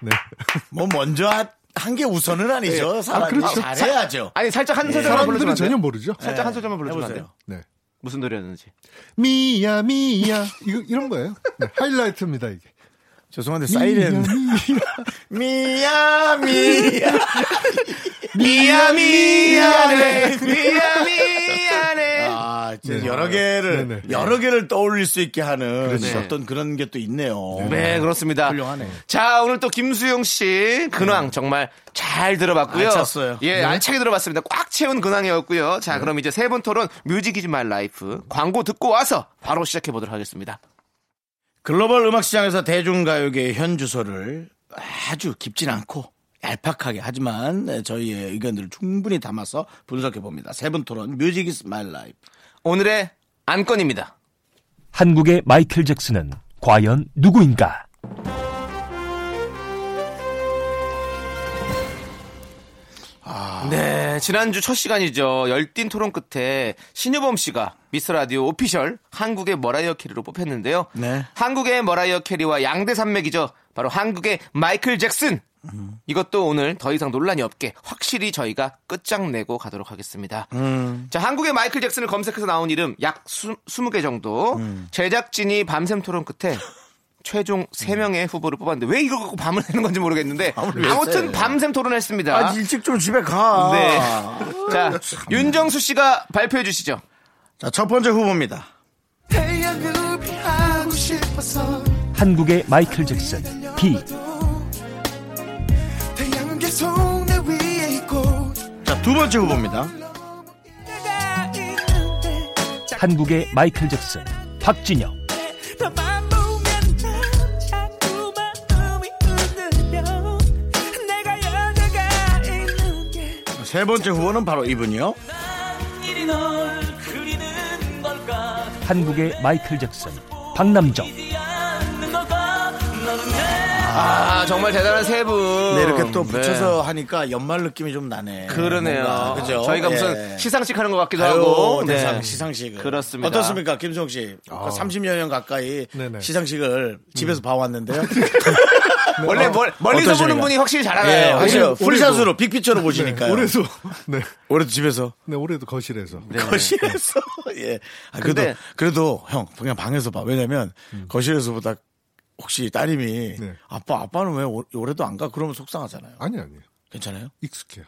S8: 네.
S1: 뭐 먼저 한 게 우선은 아니죠. 사람
S8: 그렇죠.
S1: 잘해야죠.
S2: 아니 살짝 한 소절만 불러주면 안 돼요?
S8: 사람들은
S2: 네.
S8: 전혀 모르죠.
S2: 살짝 한 소절만 불러주면 안 돼요?
S1: 해보세요.
S8: 네.
S2: 무슨 노래였는지.
S8: 미야 미야 이거 이런 거예요. 네, 하이라이트입니다 이게.
S1: 죄송한데 사이렌 미야 미야
S2: 미야 미야네. 미야 미야네.
S1: 네. 아, 이제
S8: 네.
S1: 여러 개를
S8: 네네.
S1: 여러 개를 떠올릴 수 있게 하는
S2: 그렇죠.
S1: 어떤 그런 게 또 있네요.
S2: 네, 그렇습니다.
S1: 훌륭하네.
S2: 자, 오늘 또 김수영 씨 근황 정말 잘 들어봤고요.
S1: 알찼어요.
S2: 예,
S1: 네.
S2: 알차게 들어봤습니다. 꽉 채운 근황이었고요. 자, 그럼 이제 세 분 토론 뮤직 이즈 마이 라이프 광고 듣고 와서 바로 시작해 보도록 하겠습니다.
S1: 글로벌 음악 시장에서 대중가요계의 현 주소를 아주 깊진 않고 얄팍하게 하지만 저희의 의견들을 충분히 담아서 분석해 봅니다. 세 분 토론 뮤직 이즈 마이 라이프.
S2: 오늘의 안건입니다.
S7: 한국의 마이클 잭슨은 과연 누구인가?
S2: 네, 지난주 첫 시간이죠. 열띤 토론 끝에 신유범 씨가 미스 라디오 오피셜 한국의 머라이어 캐리로 뽑혔는데요.
S1: 네.
S2: 한국의 머라이어 캐리와 양대 산맥이죠. 바로 한국의 마이클 잭슨. 이것도 오늘 더 이상 논란이 없게 확실히 저희가 끝장내고 가도록 하겠습니다. 자, 한국의 마이클 잭슨을 검색해서 나온 이름 약 수, 20개 정도. 제작진이 밤샘 토론 끝에 최종 3명의 후보를 뽑았는데 왜 이걸 갖고 밤을 내는 건지 모르겠는데
S1: 음. 왜
S2: 아무튼
S1: 세?
S2: 밤샘 토론했습니다.
S1: 일찍 좀 집에 가.
S2: 네. 자, 윤정수 씨가 발표해 주시죠.
S1: 자, 첫 번째 후보입니다.
S7: 한국의 마이클 잭슨 B.
S1: 자, 두 번째 후보입니다.
S7: 한국의 마이클 잭슨 박진영
S1: 세 번째 후보는 바로 이분이요.
S7: 한국의 마이클 잭슨 박남정
S2: 아, 정말 대단한 세 분.
S1: 네, 이렇게 또 붙여서 하니까 연말 느낌이 좀 나네.
S2: 음, 그러네요.
S1: 뭔가, 그죠?
S2: 저희가
S1: 예.
S2: 무슨 시상식 하는 것 같기도 하고.
S1: 가요
S2: 네.
S1: 대상 시상식을
S2: 그렇습니다.
S1: 어떻습니까, 김수영 씨? 30여 년 가까이
S8: 아. 네네. 음. 네.
S1: 시상식을 집에서 봐왔는데요.
S2: 원래 멀, 멀리서
S1: 어떤
S2: 보는
S1: 재미가?
S2: 분이 확실히 잘
S1: 예,
S2: 알아요.
S1: 확실히 풀샷으로 빅피처로 보시니까요.
S8: 올해도 네,
S1: 올해도 집에서
S8: 네 올해도 거실에서
S1: 거실에서 예. 아, 그래도
S2: 근데-
S1: 그래도 형 그냥 방에서 봐. 왜냐면 거실에서 보다 혹시 따님이
S8: 음. 네.
S1: 아빠 아빠는 왜 올- 올해도 안 가? 그러면 속상하잖아요.
S8: 아니 아니에요
S1: 괜찮아요?
S8: 익숙해요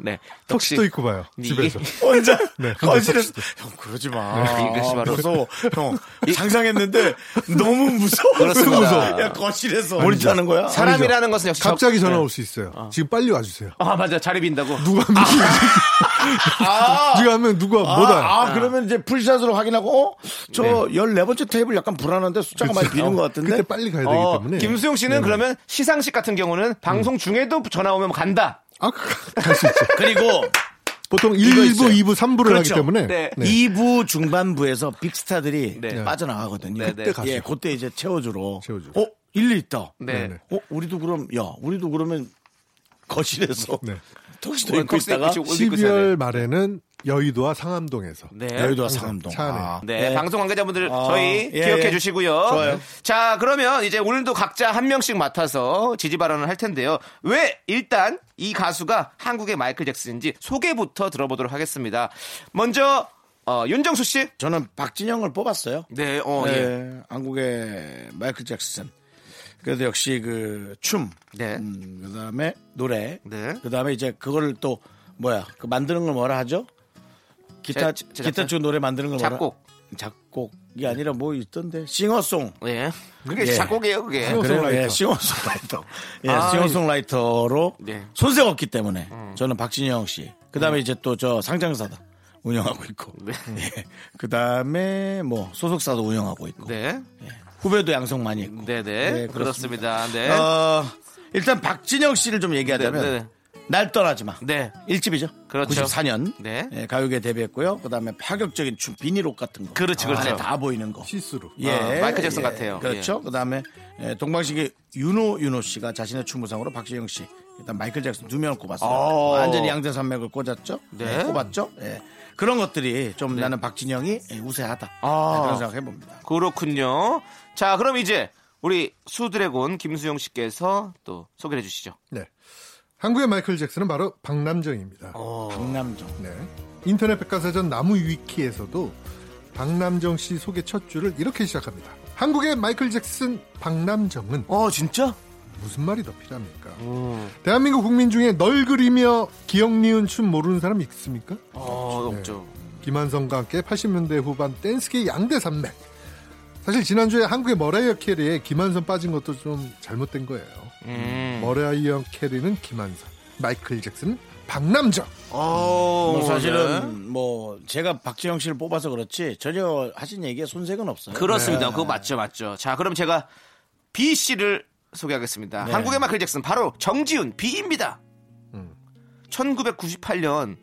S2: 네. 혹시
S8: 턱시도 입고 봐요
S2: 이게-
S8: 집에서
S1: 혼자
S8: 네,
S1: 거실에서 형 네, 그러지 마.
S2: 이것이 바로-
S1: 무서워. 형 상상했는데 너무 무서워.
S2: 그렇습니다.
S1: 무서워. 야 거실에서 뭘 자는 거야?
S2: 사람이라는 것은 역시
S8: 갑자기
S2: 적-
S8: 전화
S2: 네.
S8: 올 수 있어요 지금 빨리 와주세요
S2: 아 맞아 자리 빈다고.
S8: 누가 하면 누가 하면 누가
S1: 아,
S8: 뭐다
S1: 아, 그러면 이제 풀샷으로 확인하고, 어? 저 14번째 테이블 약간 불안한데 숫자가 많이 아, 비는 것 같은데?
S8: 그때 빨리 가야 되기
S1: 아,
S2: 어,
S8: 때문에
S1: 네.
S2: 김수용 씨는 그러면 시상식 같은 경우는 방송
S1: 음.
S2: 중에도 전화 오면 간다.
S8: 아갈수 있죠
S1: 그리고
S8: 보통
S1: 이거
S8: 1부
S1: 있어요.
S8: 2부 3부를
S1: 그렇죠.
S8: 하기 때문에
S2: 네.
S8: 네.
S1: 2부 중반부에서 빅스타들이
S2: 네.
S1: 빠져나가거든요.
S2: 네, 네.
S1: 예, 그때 이제 채워주로.
S8: 채워주로.
S1: 어, 일리 있다.
S2: 네.
S1: 어, 우리도 그럼, 야, 우리도 그러면 거실에서
S8: 네.
S1: 어, 턱시도 입고
S2: 뭐 턱시도
S1: 있다가
S2: 입고 있고.
S8: 12월 말에는 여의도와 상암동에서
S2: 네.
S1: 여의도와 상암동.
S8: 차 안에.
S1: 아.
S2: 네,
S1: 네.
S2: 방송 관계자분들
S1: 아,
S2: 저희
S1: 예,
S2: 기억해
S1: 예.
S2: 주시고요.
S1: 좋아요.
S2: 자, 그러면 이제 오늘도 각자 한 명씩 맡아서 지지 발언을 할 텐데요. 왜 일단 이 가수가 한국의 마이클 잭슨인지 소개부터 들어보도록 하겠습니다. 먼저 어, 윤정수 씨.
S1: 저는 박진영을 뽑았어요.
S2: 네, 어,
S1: 네,
S2: 예.
S1: 한국의 마이클 잭슨. 그래도 역시 그 춤,
S2: 네.
S1: 음, 그다음에 노래,
S2: 네.
S1: 그다음에 이제 그거를 또 뭐야 그 만드는 걸 뭐라 하죠? 기타
S2: 제- 제작자?
S1: 기타 쪽 노래 만드는 걸
S2: 작곡.
S1: 뭐라? 작곡이 아니라 뭐 있던데 싱어송.
S2: 예. 네. 그게
S1: 예.
S2: 작곡이에요, 그게.
S1: 아, 그래요? 예, 싱어송라이터. 예,
S2: 아,
S1: 싱어송라이터로
S2: 네. 음.
S1: 손색없기 때문에 저는 박진영 씨. 그다음에 이제 또 저 상장사다 운영하고 있고.
S2: 네.
S1: 예. 그다음에 뭐 소속사도 운영하고 있고.
S2: 네.
S1: 후배도 양성 많이 했고.
S2: 네, 네. 그렇습니다. 네.
S1: 어, 일단 박진영 씨를 좀 얘기하자면
S2: 네, 네.
S1: 날 떠나지 마.
S2: 네.
S1: 일집이죠
S2: 그렇죠.
S1: 94년 예,
S2: 네.
S1: 가요계 데뷔했고요. 그다음에 파격적인 춤 비니록 같은 거.
S2: 그렇지, 그렇죠.
S1: 아, 다 보이는 거.
S8: 실수로
S1: 예.
S2: 아, 마이클 잭슨
S1: 예.
S2: 같아요.
S1: 그렇죠. 그다음에 예, 동방식의 윤호 윤호 씨가 자신의 춤부상으로 박진영 씨 일단 마이클 잭슨 두 명을 꼽았어요.
S2: 어.
S1: 완전히 양대 산맥을 꽂았죠.
S2: 네.
S1: 예, 꼽았죠. 예. 그런 것들이 좀 나는 박진영이 예, 우세하다.
S2: 아.
S1: 네, 그런 생각해 봅니다.
S2: 그렇군요. 자, 그럼 이제 우리 수드래곤 김수용 씨께서 또 소개해 주시죠.
S8: 네. 한국의 마이클 잭슨은 바로 박남정입니다.
S2: 어.
S1: 강남정.
S8: 네. 인터넷 백과사전 나무 위키에서도 박남정 씨 소개 첫 줄을 이렇게 시작합니다. 한국의 마이클 잭슨 박남정은
S2: 어, 진짜?
S8: 무슨 말이 더 필요합니까? 대한민국 국민 중에 널 그리며 기억 니은 춤 모르는 사람 있습니까?
S2: 어,
S1: 그렇죠. 네.
S2: 없죠.
S8: 김한성과 함께 80년대 후반 댄스계 양대 산맥. 사실 지난주에 한국의 머라이어 캐리에 김한선 빠진 것도 좀 잘못된 거예요.
S2: 음.
S8: 머라이어 캐리는 김한선, 마이클 잭슨은 박남정.
S2: 어,
S1: 뭐
S2: 네.
S1: 사실은 뭐 제가 박지영 씨를 뽑아서 그렇지 전혀 하신 얘기에 손색은 없어요. 네.
S2: 그렇습니다. 그거 맞죠, 맞죠. 자, 그럼 제가 B 씨를 소개하겠습니다.
S1: 네.
S2: 한국의 마이클 잭슨 바로 정지훈 B입니다.
S1: 음.
S2: 1998년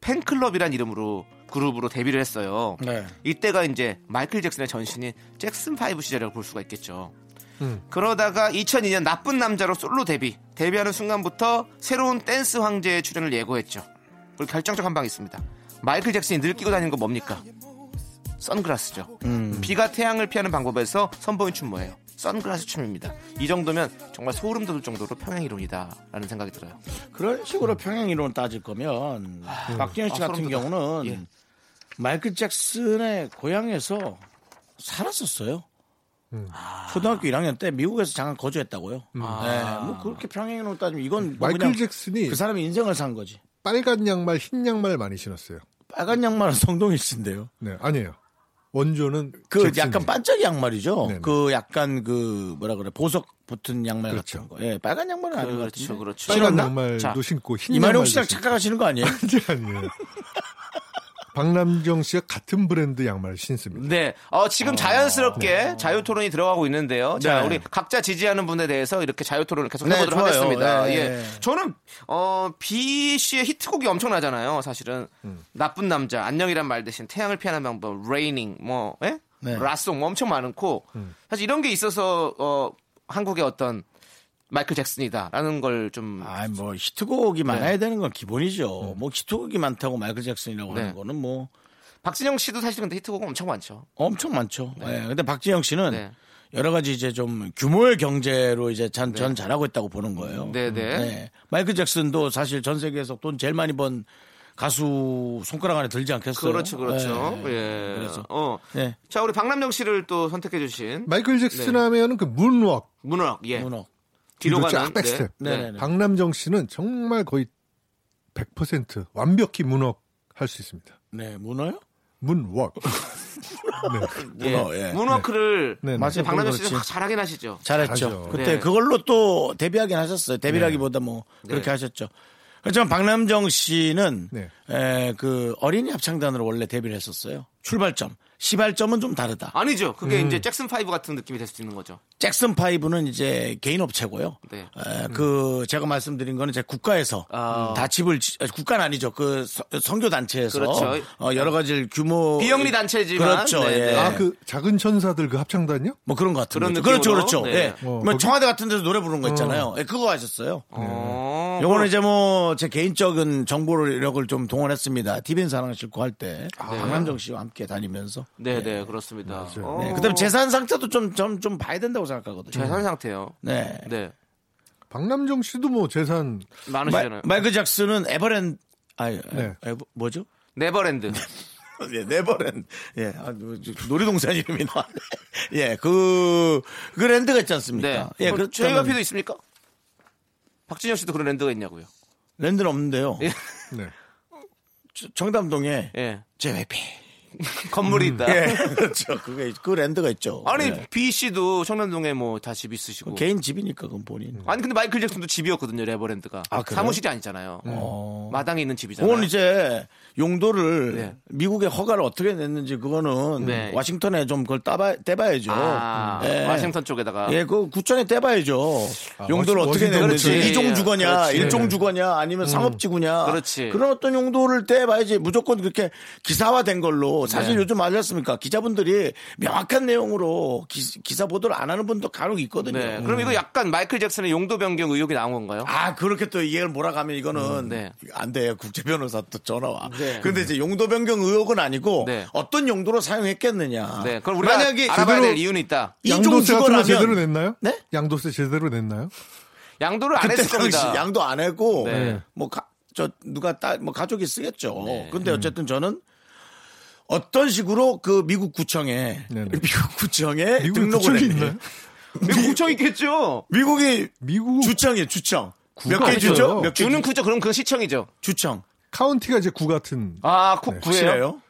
S2: 팬클럽이란 이름으로 그룹으로 데뷔를 했어요.
S1: 네.
S2: 이때가 이제 마이클 잭슨의 전신인 잭슨 5 시절이라고 볼 수가 있겠죠.
S8: 음.
S2: 그러다가 2002년 나쁜 남자로 솔로 데뷔. 데뷔하는 순간부터 새로운 댄스 황제의 출연을 예고했죠. 그리고 결정적 한 방이 있습니다. 마이클 잭슨이 늘 끼고 다니는 건 뭡니까? 선글라스죠. 비가 태양을 피하는 방법에서 선보인 춤 뭐예요? 선글라스 춤입니다. 이 정도면 정말 소름 돋을 정도로 평행이론이다라는 생각이 들어요.
S1: 그런 식으로 평행 이론을 따질 거면 박지영 씨
S2: 아,
S1: 같은
S2: 소름 돋아.
S1: 경우는
S2: 예.
S1: 마이클 잭슨의 고향에서 살았었어요.
S8: 음.
S1: 아. 초등학교 1학년 때 미국에서 잠깐 거주했다고요. 네, 뭐 그렇게 평행 이론을 따지면 이건 뭐
S8: 아. 마이클
S1: 그냥
S8: 잭슨이
S1: 그 사람의 인생을 산 거지.
S8: 빨간 양말, 흰 양말 많이 신었어요.
S1: 빨간 양말은 성동일 씨인데요.
S8: 네, 아니에요. 원조는
S1: 그
S8: 잭슨이.
S1: 약간 반짝이 양말이죠.
S8: 네네.
S1: 그 약간 그 뭐라 그래 보석 붙은 양말
S8: 그렇죠.
S1: 같은 거. 예, 빨간 양말은 아닌 것 같은데.
S2: 그렇죠, 그렇죠.
S8: 빨간
S1: 신었나?
S8: 양말도
S2: 자,
S8: 신고 흰
S1: 이만용
S8: 양말도
S1: 씨랑
S8: 신고.
S1: 착각하시는 거 아니에요?
S8: 아니에요. 박남정 씨가 같은 브랜드 양말을 신습니다.
S2: 네. 어, 지금 자연스럽게 자유 토론이 들어가고 있는데요. 자,
S1: 아, 네.
S2: 우리 각자 지지하는 분에 대해서 이렇게 자유 토론을 계속 해보도록
S1: 네, 좋아요.
S2: 하겠습니다.
S1: 네,
S2: 예.
S1: 네.
S2: 저는, 어, B 씨의 히트곡이 엄청나잖아요. 사실은.
S1: 음.
S2: 나쁜 남자, 안녕이란 말 대신 태양을 피하는 방법, raining, 뭐, 예?
S1: 네. 음.
S2: 라송 뭐 엄청 많고. 사실 이런 게 있어서, 어, 한국의 어떤 마이클 잭슨이다라는 걸 좀.
S1: 아, 뭐
S2: 네.
S1: 히트곡이 많아야 되는 건 기본이죠. 뭐 히트곡이 많다고 마이클 잭슨이라고
S2: 음. 네.
S1: 하는 거는 뭐
S2: 박진영 씨도 사실 근데 히트곡 엄청 많죠.
S1: 엄청 많죠. 예, 근데 박진영 씨는
S2: 네.
S1: 여러 가지 이제 좀 규모의 경제로 이제 전, 전 잘하고 있다고 보는 거예요. 음,
S2: 네, 네.
S1: 마이클 잭슨도 사실 전 세계에서 돈 제일 많이 번 가수 손가락 안에 들지 않겠어요?
S2: 그렇죠, 그렇죠.
S1: 예.
S2: 예.
S1: 그래서.
S2: 어.
S1: 네.
S2: 자, 우리 박남정 씨를 또 선택해 주신
S8: 마이클 잭슨 하면은 그 문워크.
S2: 문학. 예.
S1: 네. 문어.
S2: 뒤로
S8: 뒤로
S2: 가는
S8: 쫙그 백스텝.
S2: 네. 네.
S1: 네네네.
S8: 박남정 씨는 정말 거의 100% 완벽히 문워크 할 수 있습니다.
S1: 네, 문어요?
S8: 문워크.
S1: 문어, 예.
S2: 문워크를
S8: 네, 네.
S1: 맞아요.
S2: 박남정 씨는
S1: 그렇지.
S2: 확 잘하긴 하시죠.
S1: 잘했죠.
S8: 잘하죠.
S1: 그때
S2: 네.
S1: 그걸로 또 데뷔하긴 하셨어요. 데뷔라기보다 뭐 그렇게
S2: 네.
S1: 하셨죠. 그렇지만 박남정 씨는
S8: 네.
S1: 에, 그 어린이 합창단으로 원래 데뷔를 했었어요. 출발점, 시발점은 좀 다르다.
S2: 아니죠. 그게
S1: 음.
S2: 이제 잭슨 5 같은 느낌이 될 수 있는 거죠.
S1: 잭슨 파이브는 이제 개인 업체고요.
S2: 네.
S1: 에, 그 제가 말씀드린 거는 제 국가에서
S2: 음. 아.
S1: 다 집을 지- 아니, 국가는 아니죠. 그 서- 선교 단체에서
S2: 그렇죠.
S1: 어, 여러 가지 규모
S2: 비영리 단체지만.
S1: 어, 그렇죠.
S2: 네,
S1: 예.
S2: 네.
S8: 아, 그 작은 천사들 그 합창단요?
S1: 뭐 그런 것 같은
S2: 그런
S1: 거죠. 그렇죠,
S2: 느낌으로?
S1: 그렇죠.
S2: 네.
S1: 예.
S8: 어,
S1: 뭐
S8: 거기-
S1: 청와대 같은 데서 노래 부르는 거 있잖아요. 예, 그거 하셨어요.
S2: 어.
S1: 요거는 이제 뭐 제 개인적인 정보력을 좀 동원했습니다. TVN 사랑 싣고 할 때
S2: 아,
S1: 박남정 씨와 함께 다니면서.
S2: 네, 네, 그렇습니다. 어.
S1: 네. 그다음에 재산 상태도 좀 좀 좀 봐야 된다고 생각하거든요.
S2: 재산 상태요.
S1: 네.
S2: 네.
S8: 박남정 씨도 뭐 재산
S2: 많으시잖아요.
S1: 마, 이클 잭슨은 에버랜 아
S8: 네.
S1: 에버, 뭐죠?
S2: 네버랜드.
S1: 예, 네버랜. 예. 아, 뭐, 저, 놀이동산 이름이 나왔네. 예. 그, 그 랜드가 있지
S2: 네.
S1: 않습니까? 예.
S2: 그
S1: 그,
S2: 저희 앞에도 있습니까? 박진영 씨도 그런 랜드가 있냐고요.
S1: 랜드는 없는데요.
S2: 예.
S8: 네.
S1: 저- 청담동에
S2: 예.
S1: JYP.
S2: 건물이 있다.
S1: 예. 그렇죠. 그게, 그 랜드가 있죠.
S2: 아니
S1: 예.
S2: B 씨도 청담동에 뭐 다 집 있으시고.
S1: 개인 집이니까 그건 본인.
S2: 아니 근데 마이클 잭슨도 집이었거든요 레버랜드가
S1: 아, 그래요? 네.
S2: 사무실이 아니잖아요. 마당에 있는 집이잖아요.
S1: 어. 그건 이제 용도를
S2: 네.
S1: 미국의 허가를 어떻게 냈는지 그거는
S2: 네.
S1: 와싱턴에 좀 그걸 따봐, 떼봐야죠.
S2: 아,
S1: 예.
S2: 와싱턴 쪽에다가
S1: 예, 그 구천에 떼봐야죠. 용도를
S8: 아, 워싱-
S1: 어떻게
S8: 워싱턴
S1: 내는지
S2: 그렇지.
S1: 이종 주거냐,
S2: 그렇지. 음.
S1: 일종 주거냐, 아니면 상업지구냐,
S2: 그렇지.
S1: 런 어떤 용도를 떼봐야지 무조건 그렇게 기사화된 걸로 사실
S2: 네.
S1: 요즘 알렸습니까? 기자분들이 명확한 내용으로 기, 사 보도를 안 하는 분도 간혹 있거든요.
S2: 네. 그럼 이거 약간 마이클 잭슨의 용도 변경 의혹이 나온 건가요?
S1: 아 그렇게 또 이해를 몰아가면 이거는
S2: 네.
S1: 안 돼요 국제 변호사 또 전화 와.
S2: 네.
S1: 근데 이제 용도 변경 의혹은 아니고
S2: 네.
S1: 어떤 용도로 사용했겠느냐.
S2: 네. 그럼 우리가
S1: 아. 만약에
S2: 알아봐야
S1: 제대로
S2: 될 이유는 있다.
S1: 이종
S8: 양도세 같은 거
S1: 주거라면
S8: 제대로 냈나요?
S1: 네?
S8: 양도세 제대로 냈나요?
S2: 양도를 안
S1: 그때
S2: 했을
S1: 당시
S2: 겁니다.
S1: 양도 안 했고
S2: 네.
S1: 뭐 저 누가 딸 뭐 가족이 쓰겠죠. 근데
S8: 음.
S1: 어쨌든 저는 어떤 식으로 그 미국 구청에
S8: 네네.
S1: 미국 구청에
S8: 미국
S1: 등록을
S8: 구청이
S1: 했나요?
S8: 있나요?
S2: 미국 구청 있겠죠.
S1: 미국이
S8: 미국
S1: 주청이에요, 주청. 몇
S8: 구가
S1: 개
S8: 있어요.
S1: 주죠? 몇개
S2: 주는 구죠. 그럼 그 시청이죠.
S1: 주청.
S8: 카운티가 이제 구 같은
S2: 아,
S1: 네,
S2: 콕 구예요.
S1: 실해요?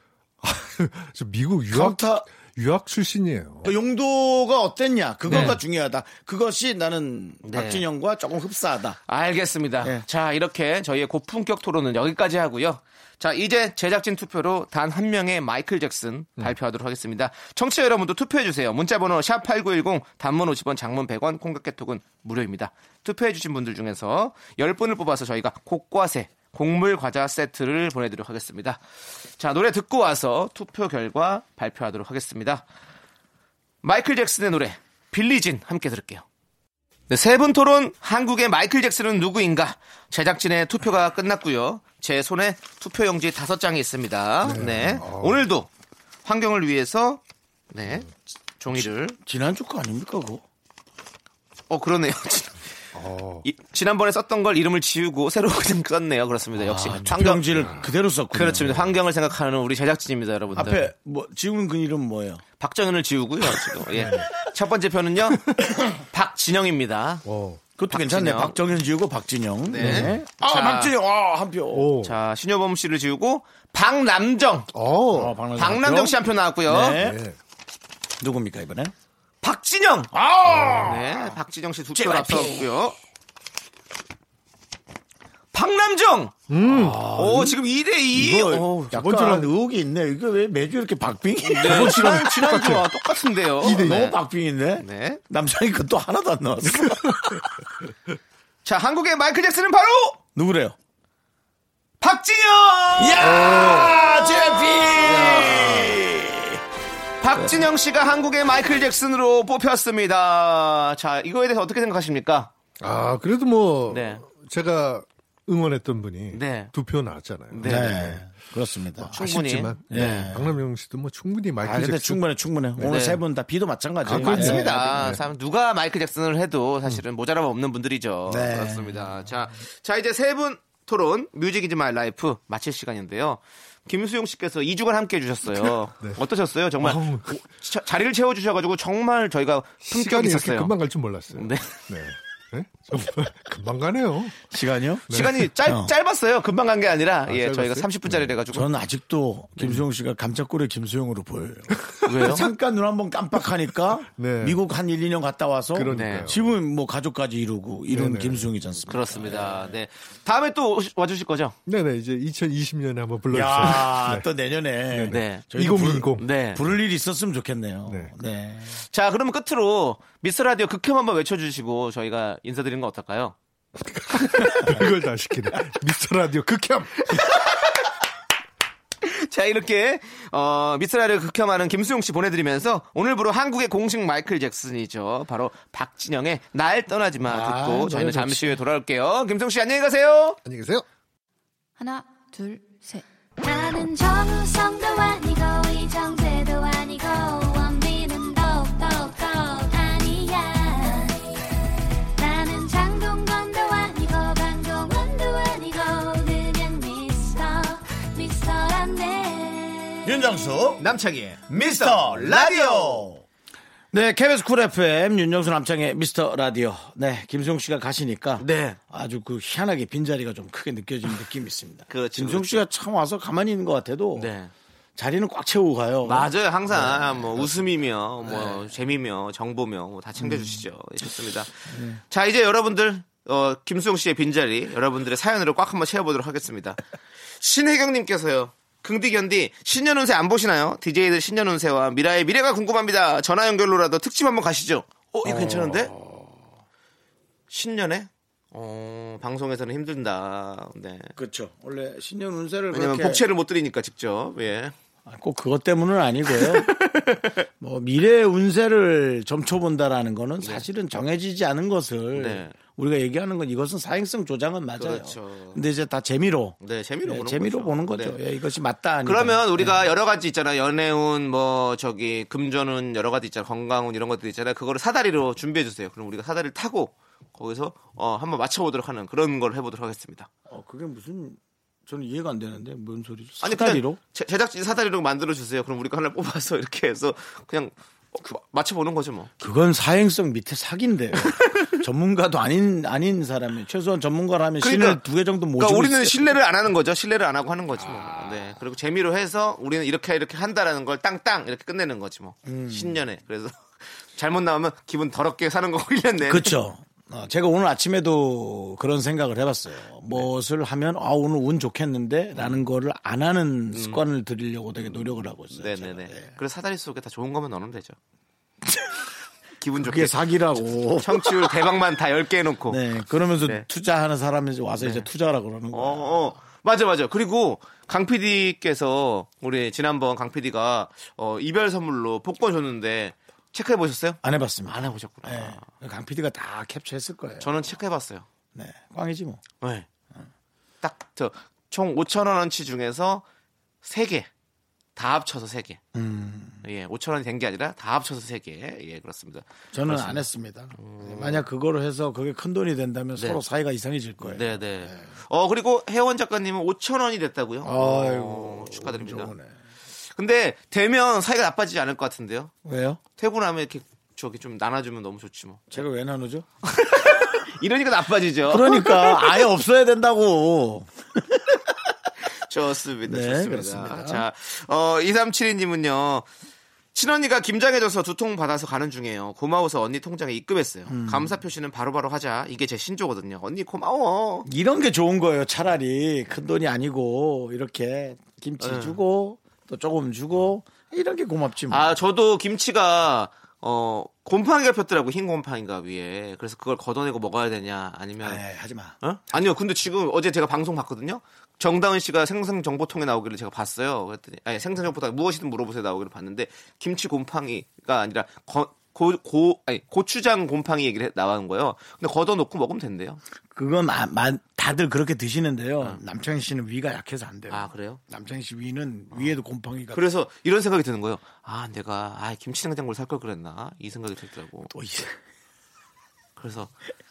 S8: 저 미국 유학
S1: 카운터
S8: 유학 출신이에요.
S1: 그 용도가 어땠냐 그거가 중요하다. 그것이 나는 박진영과 조금 흡사하다.
S2: 알겠습니다.
S1: 예.
S2: 자, 이렇게 저희의 고품격 토론은 여기까지 하고요. 자, 이제 제작진 투표로 단 한 명의 마이클 잭슨 발표하도록 하겠습니다. 청취자 여러분도 투표해주세요. 문자번호 샵8910 단문 50원 장문 100원 콩깍개톡은 무료입니다. 투표해주신 분들 중에서 10분을 뽑아서 저희가 곡과세 곡물 과자 세트를 보내드리도록 하겠습니다. 자, 노래 듣고 와서 투표 결과 발표하도록 하겠습니다. 마이클 잭슨의 노래 빌리진 함께 들을게요. 네, 세분 토론 한국의 마이클 잭슨은 누구인가? 제작진의 투표가 끝났고요. 제 손에 투표용지 다섯 장이 있습니다. 네.
S1: 아.
S2: 오늘도 환경을 위해서 네. 종이를
S1: 지난주 거 아닙니까 그거?
S2: 어 그러네요.
S1: 아.
S2: 이- 지난번에 썼던 걸 이름을 지우고 새로 그냥 썼네요. 그렇습니다. 역시 환경
S1: 아, 투표용지를 그대로 썼군요.
S2: 그렇습니다. 환경을 생각하는 우리 제작진입니다, 여러분들.
S1: 앞에 뭐 지금 그 이름 뭐예요?
S2: 박정현을 지우고요. 지금 예.
S1: 네.
S2: 첫 번째 표는요. 박진영입니다.
S8: 어.
S1: 그것도 괜찮네. 요
S2: 박진영.
S1: 박정현 지우고 박진영.
S2: 네.
S1: 네. 아
S2: 자.
S1: 박진영 아, 한 표.
S8: 오.
S2: 자 신효범 씨를 지우고 박남정
S8: 어.
S1: 아, 박남정,
S2: 박남정
S1: 한
S2: 씨
S1: 표.
S2: 한 표 나왔고요.
S1: 네.
S8: 네.
S1: 누굽니까 이번에?
S2: 박진영.
S1: 아!
S2: 네, 박진영 씨 두 표 앞서고요. 박남정. 아, 오, 지금 2대 2.
S1: 이거 약간
S8: 음. 번째는-
S1: 의혹이 있네. 이거 왜 매주 이렇게 박빙이?
S2: 네, 지난 지난주와 똑같은데요.
S1: 아, 너무
S2: 네.
S1: 박빙인데.
S2: 네.
S1: 남창이 그또 하나도 안 나왔어.
S2: 자, 한국의 마이클 잭슨은 바로
S1: 누구래요?
S2: 박진영.
S8: 예!
S1: 야, 제피.
S2: 박진영 씨가 한국의 마이클 잭슨으로 뽑혔습니다. 자, 이거에 대해서 어떻게 생각하십니까?
S8: 아, 그래도 뭐
S2: 네.
S8: 제가 응원했던 분이
S2: 네.
S8: 두 표 나왔잖아요.
S2: 네.
S1: 네. 그렇습니다.
S2: 충분히.
S8: 아쉽지만
S1: 예.
S8: 예. 박남정 씨도 뭐 충분히
S1: 아,
S8: 마이클
S1: 근데
S8: 잭슨
S1: 충분해, 충분해. 오늘
S2: 네.
S1: 세 분 다 비도 마찬가지예요.
S8: 아,
S2: 맞습니다. 사람 네. 누가 마이클 잭슨을 해도 사실은 모자람 없는 분들이죠.
S1: 네.
S2: 그렇습니다. 자, 자 이제 세 분 토론 뮤직 이즈 마이 라이프 마칠 시간인데요. 김수용 씨께서 2주간 함께 해주셨어요. 어떠셨어요? 정말
S8: 네. 어우.
S2: 오, 자- 자리를 채워주셔가지고 정말 저희가
S8: 시간이
S2: 품격이
S8: 이렇게
S2: 있었어요.
S8: 금방 갈 줄 몰랐어요.
S2: 네.
S8: 네. 네? 정말 금방 가네요.
S1: 시간이요?
S2: 시간이 짧,
S1: 어.
S2: 짧았어요. 금방 간 게 아니라 예,
S8: 짧았어요?
S2: 저희가
S8: 네.
S2: 30분짜리 돼가지고
S1: 저는 아직도 김수용 씨가 감자골의 김수용으로 보여요.
S2: 왜요?
S1: 잠깐 눈 한 번 깜빡하니까
S8: 네.
S1: 미국 한 1, 2년 갔다 와서
S8: 그러니까요.
S1: 지금 뭐 가족까지 이루고 이런
S8: 네네.
S1: 김수용이지 않습니까?
S2: 그렇습니다. 네. 다음에 또 오시- 와주실 거죠?
S8: 네네 이제 2020년에 한번 불러주세요.
S1: 야, 또 내년에
S2: 네.
S1: 저희도
S8: 2020.
S1: 부를-
S2: 네.
S1: 부를 일이 있었으면 좋겠네요.
S8: 네.
S1: 네.
S2: 자, 그러면 끝으로 미스 라디오 극혐 한번 외쳐주시고 저희가 인사드리는 건 어떨까요?
S8: 이걸 다 시키네. 미스터 라디오 극혐.
S2: 자 이렇게 어, 미스라를 극혐하는 김수용 씨 보내드리면서 오늘부로 한국의 공식 마이클 잭슨이죠. 바로 박진영의 날 떠나지 마 듣고
S1: 아, 노래
S2: 저희는
S1: 좋지.
S2: 잠시 후에 돌아올게요. 김수용 씨 안녕히 가세요.
S8: 안녕히 계세요.
S9: 하나, 둘, 셋.
S4: 나는 정우성도 아니고 이정재도 아니고 원빈은 더욱더 아니야 나는 장동건도 아니고 방종원도 아니고 그냥 미스터 미스터란데
S1: 윤정수
S2: 남창희의
S1: 미스터 라디오. 네, KBS 쿨 FM 윤정수 남창의 미스터 라디오. 네, 김수용 씨가 가시니까
S2: 네.
S1: 아주 그 희한하게 빈자리가 좀 크게 느껴지는 느낌이 있습니다.
S2: 그렇죠,
S1: 김수용 씨가 참 와서 가만히 있는 것 같아도
S2: 네.
S1: 자리는 꽉 채우고 가요.
S2: 맞아요.
S1: 네.
S2: 항상 뭐 웃음이며 뭐 재미며 정보며 뭐다 챙겨주시죠.
S1: 음.
S2: 좋습니다.
S1: 네.
S2: 자 이제 여러분들 어, 김수용 씨의 빈자리 여러분들의 사연으로 꽉 한번 채워보도록 하겠습니다. 신혜경님께서요. 긍디견디 신년운세 안 보시나요? DJ들 신년운세와 미라의 미래가 궁금합니다. 전화 연결로라도 특집 한번 가시죠. 어, 이거 괜찮은데? 신년에? 어, 방송에서는 힘든다. 네.
S1: 그렇죠. 원래 신년 운세를
S2: 왜냐면
S1: 그렇게 아,
S2: 복채를 못 드리니까 직접. 예.
S1: 꼭 그것 때문은 아니고요. 뭐 미래의 운세를 점쳐본다라는 거는 사실은 정해지지 않은 것을
S2: 네.
S1: 우리가 얘기하는 건 이것은 사행성 조장은 맞아요.
S2: 그렇죠.
S1: 근데 이제 다 재미로
S2: 네, 재미로
S1: 네,
S2: 보는
S1: 재미로
S2: 거죠.
S1: 보는 거죠.
S2: 네.
S1: 예, 이것이 맞다 네. 아니다.
S2: 그러면 우리가 여러 가지 있잖아. 연애운, 뭐, 저기, 금전운, 여러 가지 있잖아. 건강운, 이런 것들 있잖아요. 그거를 사다리로 준비해주세요. 그럼 우리가 사다리를 타고, 거기서, 어, 한번 맞춰보도록 하는 그런 걸 해보도록 하겠습니다.
S1: 어, 그게 무슨 저는 이해가 안 되는데 뭔 소리죠?
S2: 아니,
S1: 아니 다리로
S2: 그냥 제, 제작진 사다리로 만들어주세요. 그럼 우리가 하나 뽑아서 이렇게 해서, 그냥, 어, 마- 맞춰보는 거죠, 뭐.
S1: 그건 사행성 밑에 사기인데요. 전문가도 아닌 아닌 사람이 최소한 전문가라면 신을 두 개 정도 모시고
S2: 그러니까 우리는
S1: 뭐 있어요. 아.
S2: 신뢰를 안 하는 거죠. 신뢰를 안 하고 하는 거지 뭐. 네. 그리고 재미로 해서 우리는 이렇게 이렇게 한다라는 걸 땅땅 이렇게 끝내는 거지 뭐.
S1: 음.
S2: 신년에. 그래서 잘못 나오면 기분 더럽게 사는 거고 1년 내내.
S1: 그렇죠. 어, 제가 오늘 아침에도 그런 생각을 해봤어요. 무엇을 하면 아 오늘 운 좋겠는데라는 거를 안 하는 습관을 들이려고 되게 노력을 하고 있어요. 제가.
S2: 네네네. 그래서 사다리 속에 다 좋은 것만 넣으면 되죠. 기분 좋게.
S1: 그게 사기라고.
S2: 청취율 대박만 다 10개 해놓고.
S1: 네. 그러면서
S2: 네.
S1: 투자하는 사람이 이제 와서 이제 투자하라 그러는
S2: 어,
S1: 거예요.
S2: 어. 맞아, 맞아. 그리고 강 PD께서 우리 지난번 강 PD가 어, 이별 선물로 복권 줬는데 체크해 보셨어요?
S1: 안 해봤습니다.
S2: 안 해보셨구나.
S1: 네. 강 PD가 다 캡처했을 거예요.
S2: 저는 체크해 봤어요.
S1: 네. 꽝이지 뭐.
S2: 네. 딱 저 총 5천 원어치 중에서 3개. 다 합쳐서 3개.
S1: 음.
S2: 예, 5천 원이 된 게 아니라 다 합쳐서 3개. 예, 그렇습니다. 음.
S1: 저는 안 했습니다. 네, 만약 그거로 해서 그게 큰 돈이 된다면 서로 사이가 이상해질 거예요.
S2: 네, 네. 어, 그리고 혜원 작가님은 5천 원이 됐다고요?
S1: 아이고,
S2: 어, 축하드립니다.
S1: 좋으네.
S2: 근데 되면 사이가 나빠지지 않을 것 같은데요.
S1: 왜요?
S2: 퇴근하면 이렇게 저기 좀 나눠주면 너무 좋지 뭐.
S1: 제가 왜 나누죠?
S2: 이러니까 나빠지죠.
S1: 그러니까 아예 없어야 된다고.
S2: 좋습니다.
S1: 네,
S2: 좋습니다.
S1: 그렇습니다.
S2: 자, 어, 2372님은요. 친언니가 김장해줘서 두통 받아서 가는 중이에요. 고마워서 언니 통장에 입금했어요.
S1: 음.
S2: 감사 표시는 바로바로 하자. 이게 제 신조거든요. 언니 고마워.
S1: 이런 게 좋은 거예요. 차라리 큰 돈이 아니고 이렇게 김치
S2: 네.
S1: 주고 또 조금 주고 이런 게 고맙지 뭐.
S2: 아, 저도 김치가 어 곰팡이가 폈더라고 흰 곰팡이가 위에. 그래서 그걸 걷어내고 먹어야 되냐 아니면
S1: 에이, 예, 하지 마.
S2: 어? 아니요. 근데 지금 어제 제가 방송 봤거든요. 정다은 씨가 생생정보통에 나오기를 제가 봤어요. 그랬더니 아니 생생정보통 무엇이든 물어보세요 나오기를 봤는데 김치 곰팡이가 아니라 거- 고, 고, 아니, 고추장 곰팡이 얘기를 해- 나오는 거예요. 근데 걷어놓고 먹으면 된대요.
S1: 그건 아, 마- 다들 그렇게 드시는데요. 남창희 씨는 위가 약해서 안 돼요.
S2: 아, 그래요?
S1: 남창희 씨 위는 위에도 곰팡이가
S2: 그래서 이런 생각이 드는 거예요. 아, 내가, 아, 김치냉장고를 살 걸 그랬나? 이 생각이 들더라고.
S1: 또 이제
S2: 그래서,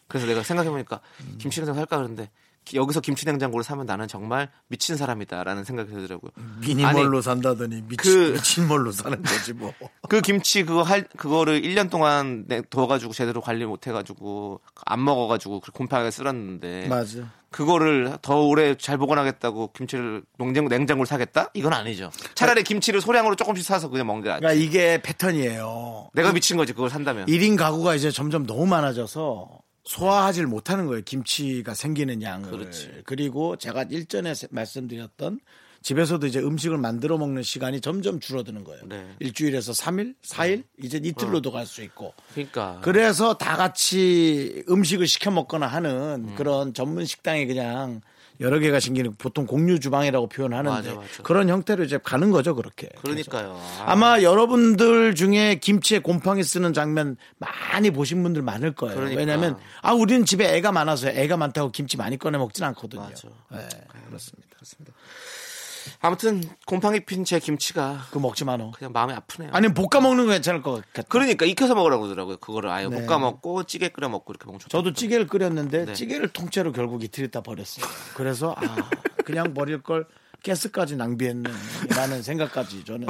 S2: 그래서 내가 생각해보니까 김치냉장고 살까 그랬는데 기- 여기서 김치냉장고를 사면 나는 정말 미친 사람이다라는 생각이 들더라고요.
S1: 미니멀로
S2: 아니,
S1: 산다더니 미친
S2: 그-
S1: 미친 멀로 사는 거지 뭐.
S2: 그 김치 그거 할 그거를 1년 동안 내- 둬가지고 제대로 관리 못해가지고 안 먹어가지고 그 곰팡이가 쓸었는데
S1: 맞아.
S2: 그거를 더 오래 잘 보관하겠다고 김치를 농장 냉장고를 사겠다? 이건 아니죠. 차라리 김치를 소량으로 조금씩 사서 그냥 먹는 게 낫지.
S1: 그러니까 이게 패턴이에요.
S2: 내가 미친 거지 그걸 산다면.
S1: 1인 가구가 이제 점점 너무 많아져서 소화하질 못하는 거예요. 김치가 생기는 양을.
S2: 그렇지.
S1: 리고 제가 일전에 세- 말씀드렸던 집에서도 이제 음식을 만들어 먹는 시간이 점점 줄어드는 거예요.
S2: 네. 어.
S1: 일주일에서 3일, 4일, 이제 이틀로도 갈 수 있고.
S2: 그러니까.
S1: 그래서 다 같이 음식을 시켜 먹거나 하는
S2: 음.
S1: 그런 전문 식당이 그냥 여러 개가 생기는 보통 공유 주방이라고 표현하는데
S2: 맞아, 맞아.
S1: 그런 형태로 이제 가는 거죠, 그렇게.
S2: 그러니까요. 아,
S1: 아마 여러분들 중에 김치에 곰팡이 쓰는 장면 많이 보신 분들 많을 거예요.
S2: 그러니까.
S1: 왜냐면 아 우리는 집에 애가 많아서 애가 많다고 김치 많이 꺼내 먹진 않거든요.
S2: 맞아.
S1: 예, 그렇습니다.
S2: 아무튼 곰팡이 핀 제 김치가
S1: 그거 먹지 마노.
S2: 그냥 마음이 아프네요.
S1: 아니면 볶아 먹는 거 괜찮을 것 같아.
S2: 그러니까 익혀서 먹으라고 그러더라고요. 그거를 아예
S1: 네.
S2: 볶아 먹고 찌개 끓여 먹고 이렇게 먹으면 좋다.
S1: 저도 찌개를 끓였는데
S2: 네.
S1: 찌개를 통째로 결국 이틀 있다 버렸어요. 그래서 아 그냥 버릴 걸 가스까지 낭비했네라는 생각까지 저는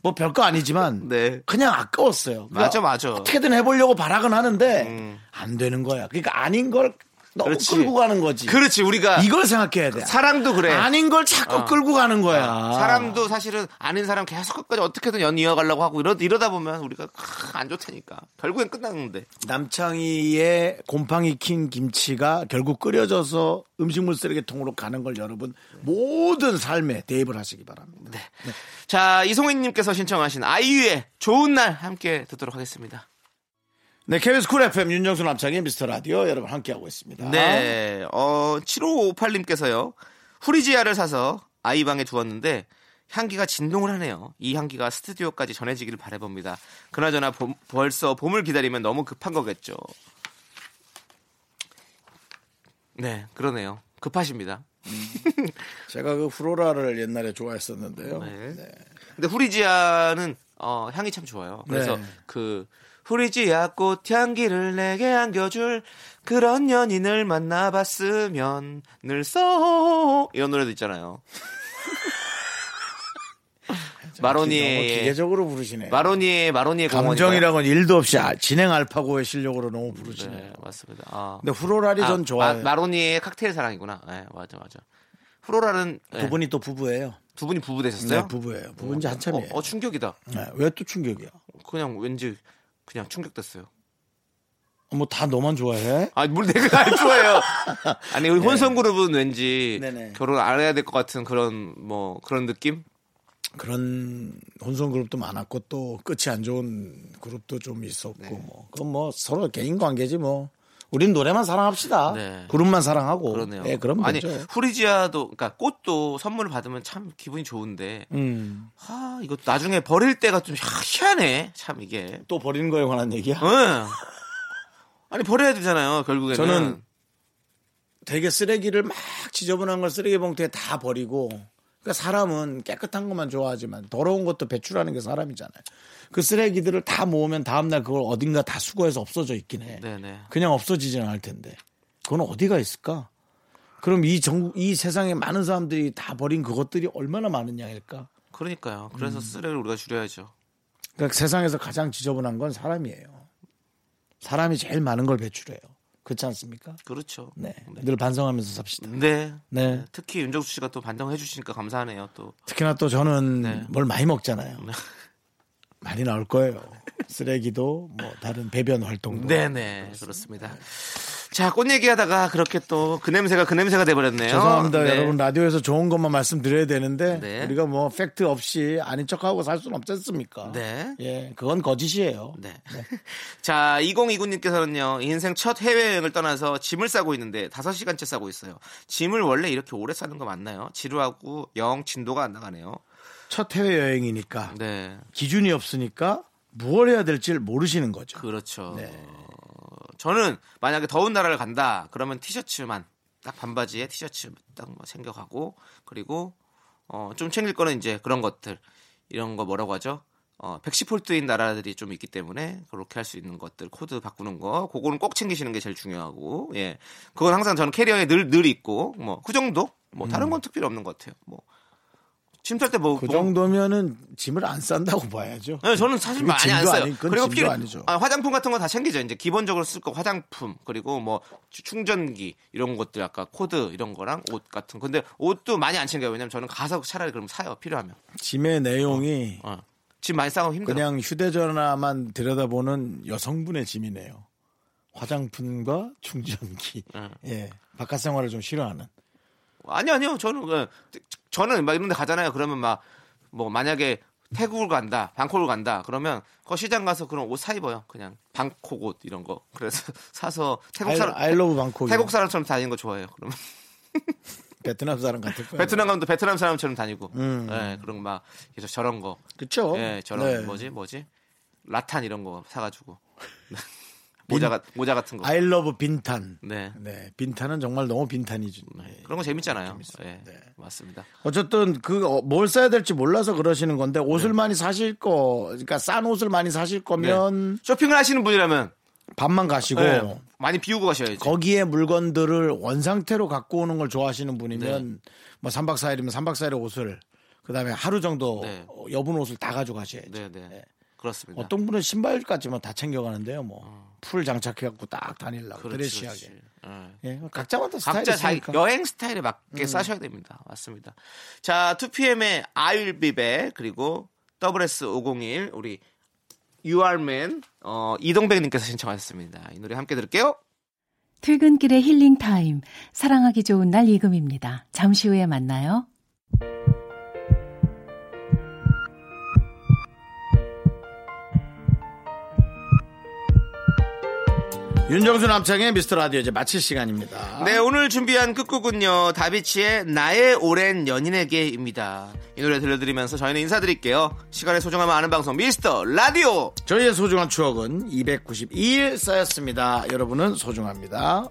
S1: 뭐 별거 아니지만
S2: 네.
S1: 그냥 아까웠어요. 그러니까
S2: 맞아, 맞아.
S1: 어떻게든 해보려고 발악은 하는데 안 되는 거야. 그러니까 아닌 걸 너무
S2: 그렇지.
S1: 끌고 가는 거지.
S2: 그렇지 우리가
S1: 이걸 생각해야 돼.
S2: 사랑도 그래. 어.
S1: 아닌 걸 자꾸 끌고 가는 거야.
S2: 아. 사람도 사실은 아닌 사람 계속 끝까지 어떻게든 연 이어가려고 하고 이러, 이러다 보면 우리가 아, 안 좋다니까 결국엔 끝나는데
S1: 남창희의 곰팡이 킨 김치가 결국 끓여져서 음식물 쓰레기통으로 가는 걸 여러분 모든 삶에 대입을 하시기 바랍니다.
S2: 자 이송희님께서 신청하신 아이유의 좋은 날 함께 듣도록 하겠습니다
S1: 네, KBS 쿨 FM 윤정수 남창희 미스터 라디오 여러분 함께하고 있습니다.
S2: 네 어, 7558님께서요 후리지아를 사서 아이 방에 두었는데 향기가 진동을 하네요 이 향기가 스튜디오까지 전해지기를 바라봅니다 그나저나 봄- 벌써 봄을 기다리면 너무 급한 거겠죠 네 그러네요 급하십니다
S1: 제가 그 후로라를 옛날에 좋아했었는데요.
S2: 네. 근데 후리지아는 어, 향이 참 좋아요. 그래서
S1: 네.
S2: 그 후리지아 꽃 향기를 내게 안겨줄 그런 연인을 만나봤으면 늘써 이런 노래도 있잖아요.
S1: 너무
S2: 마로니의
S1: 그 기계적으로 부르시네. 요
S2: 마로니의 마로니의 공원인가요?
S1: 감정이라고는 일도 없이 아- 진행 알파고의 실력으로 너무 부르시네. 요
S2: 네, 맞습니다. 아.
S1: 근데 후로라리
S2: 아,
S1: 전 좋아해요.
S2: 마- 마로니의 칵테일 사랑이구나. 네, 맞아 맞아. 후로라는 네,
S1: 두 분이 또 부부예요.
S2: 두 분이 부부 되셨어요?
S1: 네, 부부예요. 부부인지
S2: 어,
S1: 한참이에요. 네,
S2: 어 충격이다.
S1: 왜 또 충격이야?
S2: 그냥 왠지 그냥 충격됐어요.
S1: 뭐 다 너만 좋아해?
S2: 아, 뭘 내가 알 좋아해요. 아니, 우리 혼성 그룹은 왠지
S1: 네. 네네.
S2: 결혼 안 해야 될 것 같은 그런 뭐 그런 느낌?
S1: 그런 혼성 그룹도 많았고 또 끝이 안 좋은 그룹도 좀 있었고 뭐 그건 뭐 서로 개인 관계지 뭐 우린 노래만 사랑합시다
S2: 네.
S1: 그룹만 사랑하고
S2: 그러네요.
S1: 예 그럼
S2: 아니,
S1: 되죠
S2: 후리지아도 그러니까 꽃도 선물을 받으면 참 기분이 좋은데.
S1: 음.
S2: 아, 이거 나중에 버릴 때가 좀 희한해. 참 이게.
S1: 또 버리는 거에 관한 얘기야
S2: 응. 아니, 버려야 되잖아요, 결국에는.
S1: 저는 되게 쓰레기를 막 지저분한 걸 쓰레기 봉투에 다 버리고 그러니까 사람은 깨끗한 것만 좋아하지만 더러운 것도 배출하는 게 사람이잖아요 그 쓰레기들을 다 모으면 다음날 그걸 어딘가 다 수거해서 없어져 있긴 해
S2: 네, 네.
S1: 그냥 없어지지는 않을 텐데 그건 어디가 있을까? 그럼 이 전국 이 세상에 많은 사람들이 다 버린 그것들이 얼마나 많은 양일까?
S2: 그러니까요. 그래서
S1: 음.
S2: 쓰레기를 우리가 줄여야죠.
S1: 그러니까 세상에서 가장 지저분한 건 사람이에요. 사람이 제일 많은 걸 배출해요. 그렇지 않습니까?
S2: 그렇죠.
S1: 네, 늘 반성하면서 삽시다.
S2: 네.
S1: 네.
S2: 특히 윤정수 씨가 또 반성해 주시니까 감사하네요, 또.
S1: 특히나 또 저는
S2: 네.
S1: 뭘 많이 먹잖아요. 많이 나올 거예요. 쓰레기도 뭐 다른 배변 활동도.
S2: 네네 그렇습니다. 자 꽃 얘기하다가 그렇게 또 그 냄새가 그 냄새가 돼버렸네요.
S1: 죄송합니다.
S2: 네.
S1: 여러분 라디오에서 좋은 것만 말씀드려야 되는데
S2: 네.
S1: 우리가 뭐 팩트 없이 아닌 척하고 살 수는 없지 않습니까?
S2: 네.
S1: 예, 그건 거짓이에요.
S2: 네. 자, 2029님께서는요, 인생 첫 해외여행을 떠나서 짐을 싸고 있는데, 5시간째 싸고 있어요. 짐을 원래 이렇게 오래 싸는 거 맞나요? 지루하고 영 진도가 안 나가네요.
S1: 첫 해외 여행이니까
S2: 네.
S1: 기준이 없으니까 무엇 해야 될지 모르시는 거죠.
S2: 그렇죠. 저는 만약에 더운 나라를 간다 그러면 티셔츠만 딱 반바지에 티셔츠 딱뭐 챙겨가고 그리고 어, 좀 챙길 거는 이제 그런 것들 이런 거 뭐라고 하죠? 어, 110폴트인 나라들이 좀 있기 때문에 그렇게 할 수 있는 것들 코드 바꾸는 거 그거는 꼭 챙기시는 게 제일 중요하고 예 그건 항상 저는 캐리어에 늘 늘 있고 뭐 그 정도 뭐 다른 건 특별히 없는 것 같아요 뭐 침탈 때뭐
S1: 그 정도면은 짐을 안 싼다고 봐야죠.
S2: 네, 저는 사실
S1: 그게
S2: 많이 안
S1: 진도
S2: 써요.
S1: 아니- 그건
S2: 그리고
S1: 진도
S2: 필요
S1: 아니죠.
S2: 아, 화장품 같은 거 다 챙기죠. 이제 기본적으로 쓸 거 화장품 그리고 뭐 추- 충전기 이런 것들 아까 코드 이런 거랑 옷 같은. 거. 근데 옷도 많이 안 챙겨요. 왜냐면 저는 가서 차라리 그럼 사요. 필요하면.
S1: 짐의 내용이
S2: 어. 집 많이 싸고 힘들어.
S1: 그냥 휴대전화만 들여다보는 여성분의 짐이네요. 화장품과 충전기.
S2: 응.
S1: 예. 바깥 생활을 좀 싫어하는.
S2: 아니 아니요. 저는 그, 저는 막 이런 데 가잖아요. 그러면 막 뭐 만약에 태국을 간다, 방콕을 간다, 그러면 거 시장 가서 그런 옷 사 입어요. 그냥 방콕 옷 이런 거. 그래서 사서 태국 사람
S1: 아이, 러브 방콕.
S2: 태국 사람처럼 다니는 거 좋아해요. 그러면.
S1: 베트남 사람 같을 거예요.
S2: 베트남 가면 또 베트남 사람처럼 다니고,
S1: 음.
S2: 예, 그런 거 막 계속 저런 거,
S1: 그렇죠.
S2: 예, 저런 뭐지 뭐지 라탄 이런 거 사가지고 모자 같 모자 같은 거,
S1: 아이러브 빈탄.
S2: 네,
S1: 네. 빈탄은 정말 너무 빈탄이죠. 예.
S2: 그런 거 재밌잖아요. 예,
S1: 네.
S2: 맞습니다.
S1: 어쨌든 그 뭘 써야 될지 몰라서 그러시는 건데 옷을
S2: 네.
S1: 많이 사실 거 그러니까 싼 옷을 많이 사실 거면
S2: 쇼핑을 하시는 분이라면
S1: 밤만 가시고
S2: 예, 많이 비우고 가셔야지.
S1: 거기에 물건들을 원상태로 갖고 오는 걸 좋아하시는
S2: 네.
S1: 분이면 뭐삼박사일이면삼박사일의 옷을 그다음에 하루 정도
S2: 네.
S1: 어, 여분 옷을 다 가져가셔야죠.
S2: 네, 네, 그렇습니다.
S1: 어떤 분은 신발까지 뭐다 챙겨가는데요. 뭐 풀 장착해갖고 딱 다니려고
S2: 어. 그렇지,
S1: 드레시하게.
S2: 그렇지. 예.
S1: 예, 각자마다 스타일이
S2: 각자 자기
S1: 있으니까. 음.
S2: 여행 스타일에 맞게 싸셔야 됩니다. 맞습니다. 자, 2PM의 아일비베 그리고 WS501 우리 유알맨 어, 이동백 님께서 신청하셨습니다. 이 노래 함께 들을게요.
S4: 퇴근길의 힐링 타임. 사랑하기 좋은 날 이금입니다. 잠시 후에 만나요.
S1: 윤정수 남창의 미스터 라디오 이제 마칠 시간입니다.
S2: 네, 오늘 준비한 끝곡은요. 다비치의 나의 오랜 연인에게입니다. 이 노래 들려드리면서 저희는 인사드릴게요. 시간의 소중함을 아는 방송 미스터 라디오.
S1: 저희의 소중한 추억은 292일 쌓였습니다. 여러분은 소중합니다.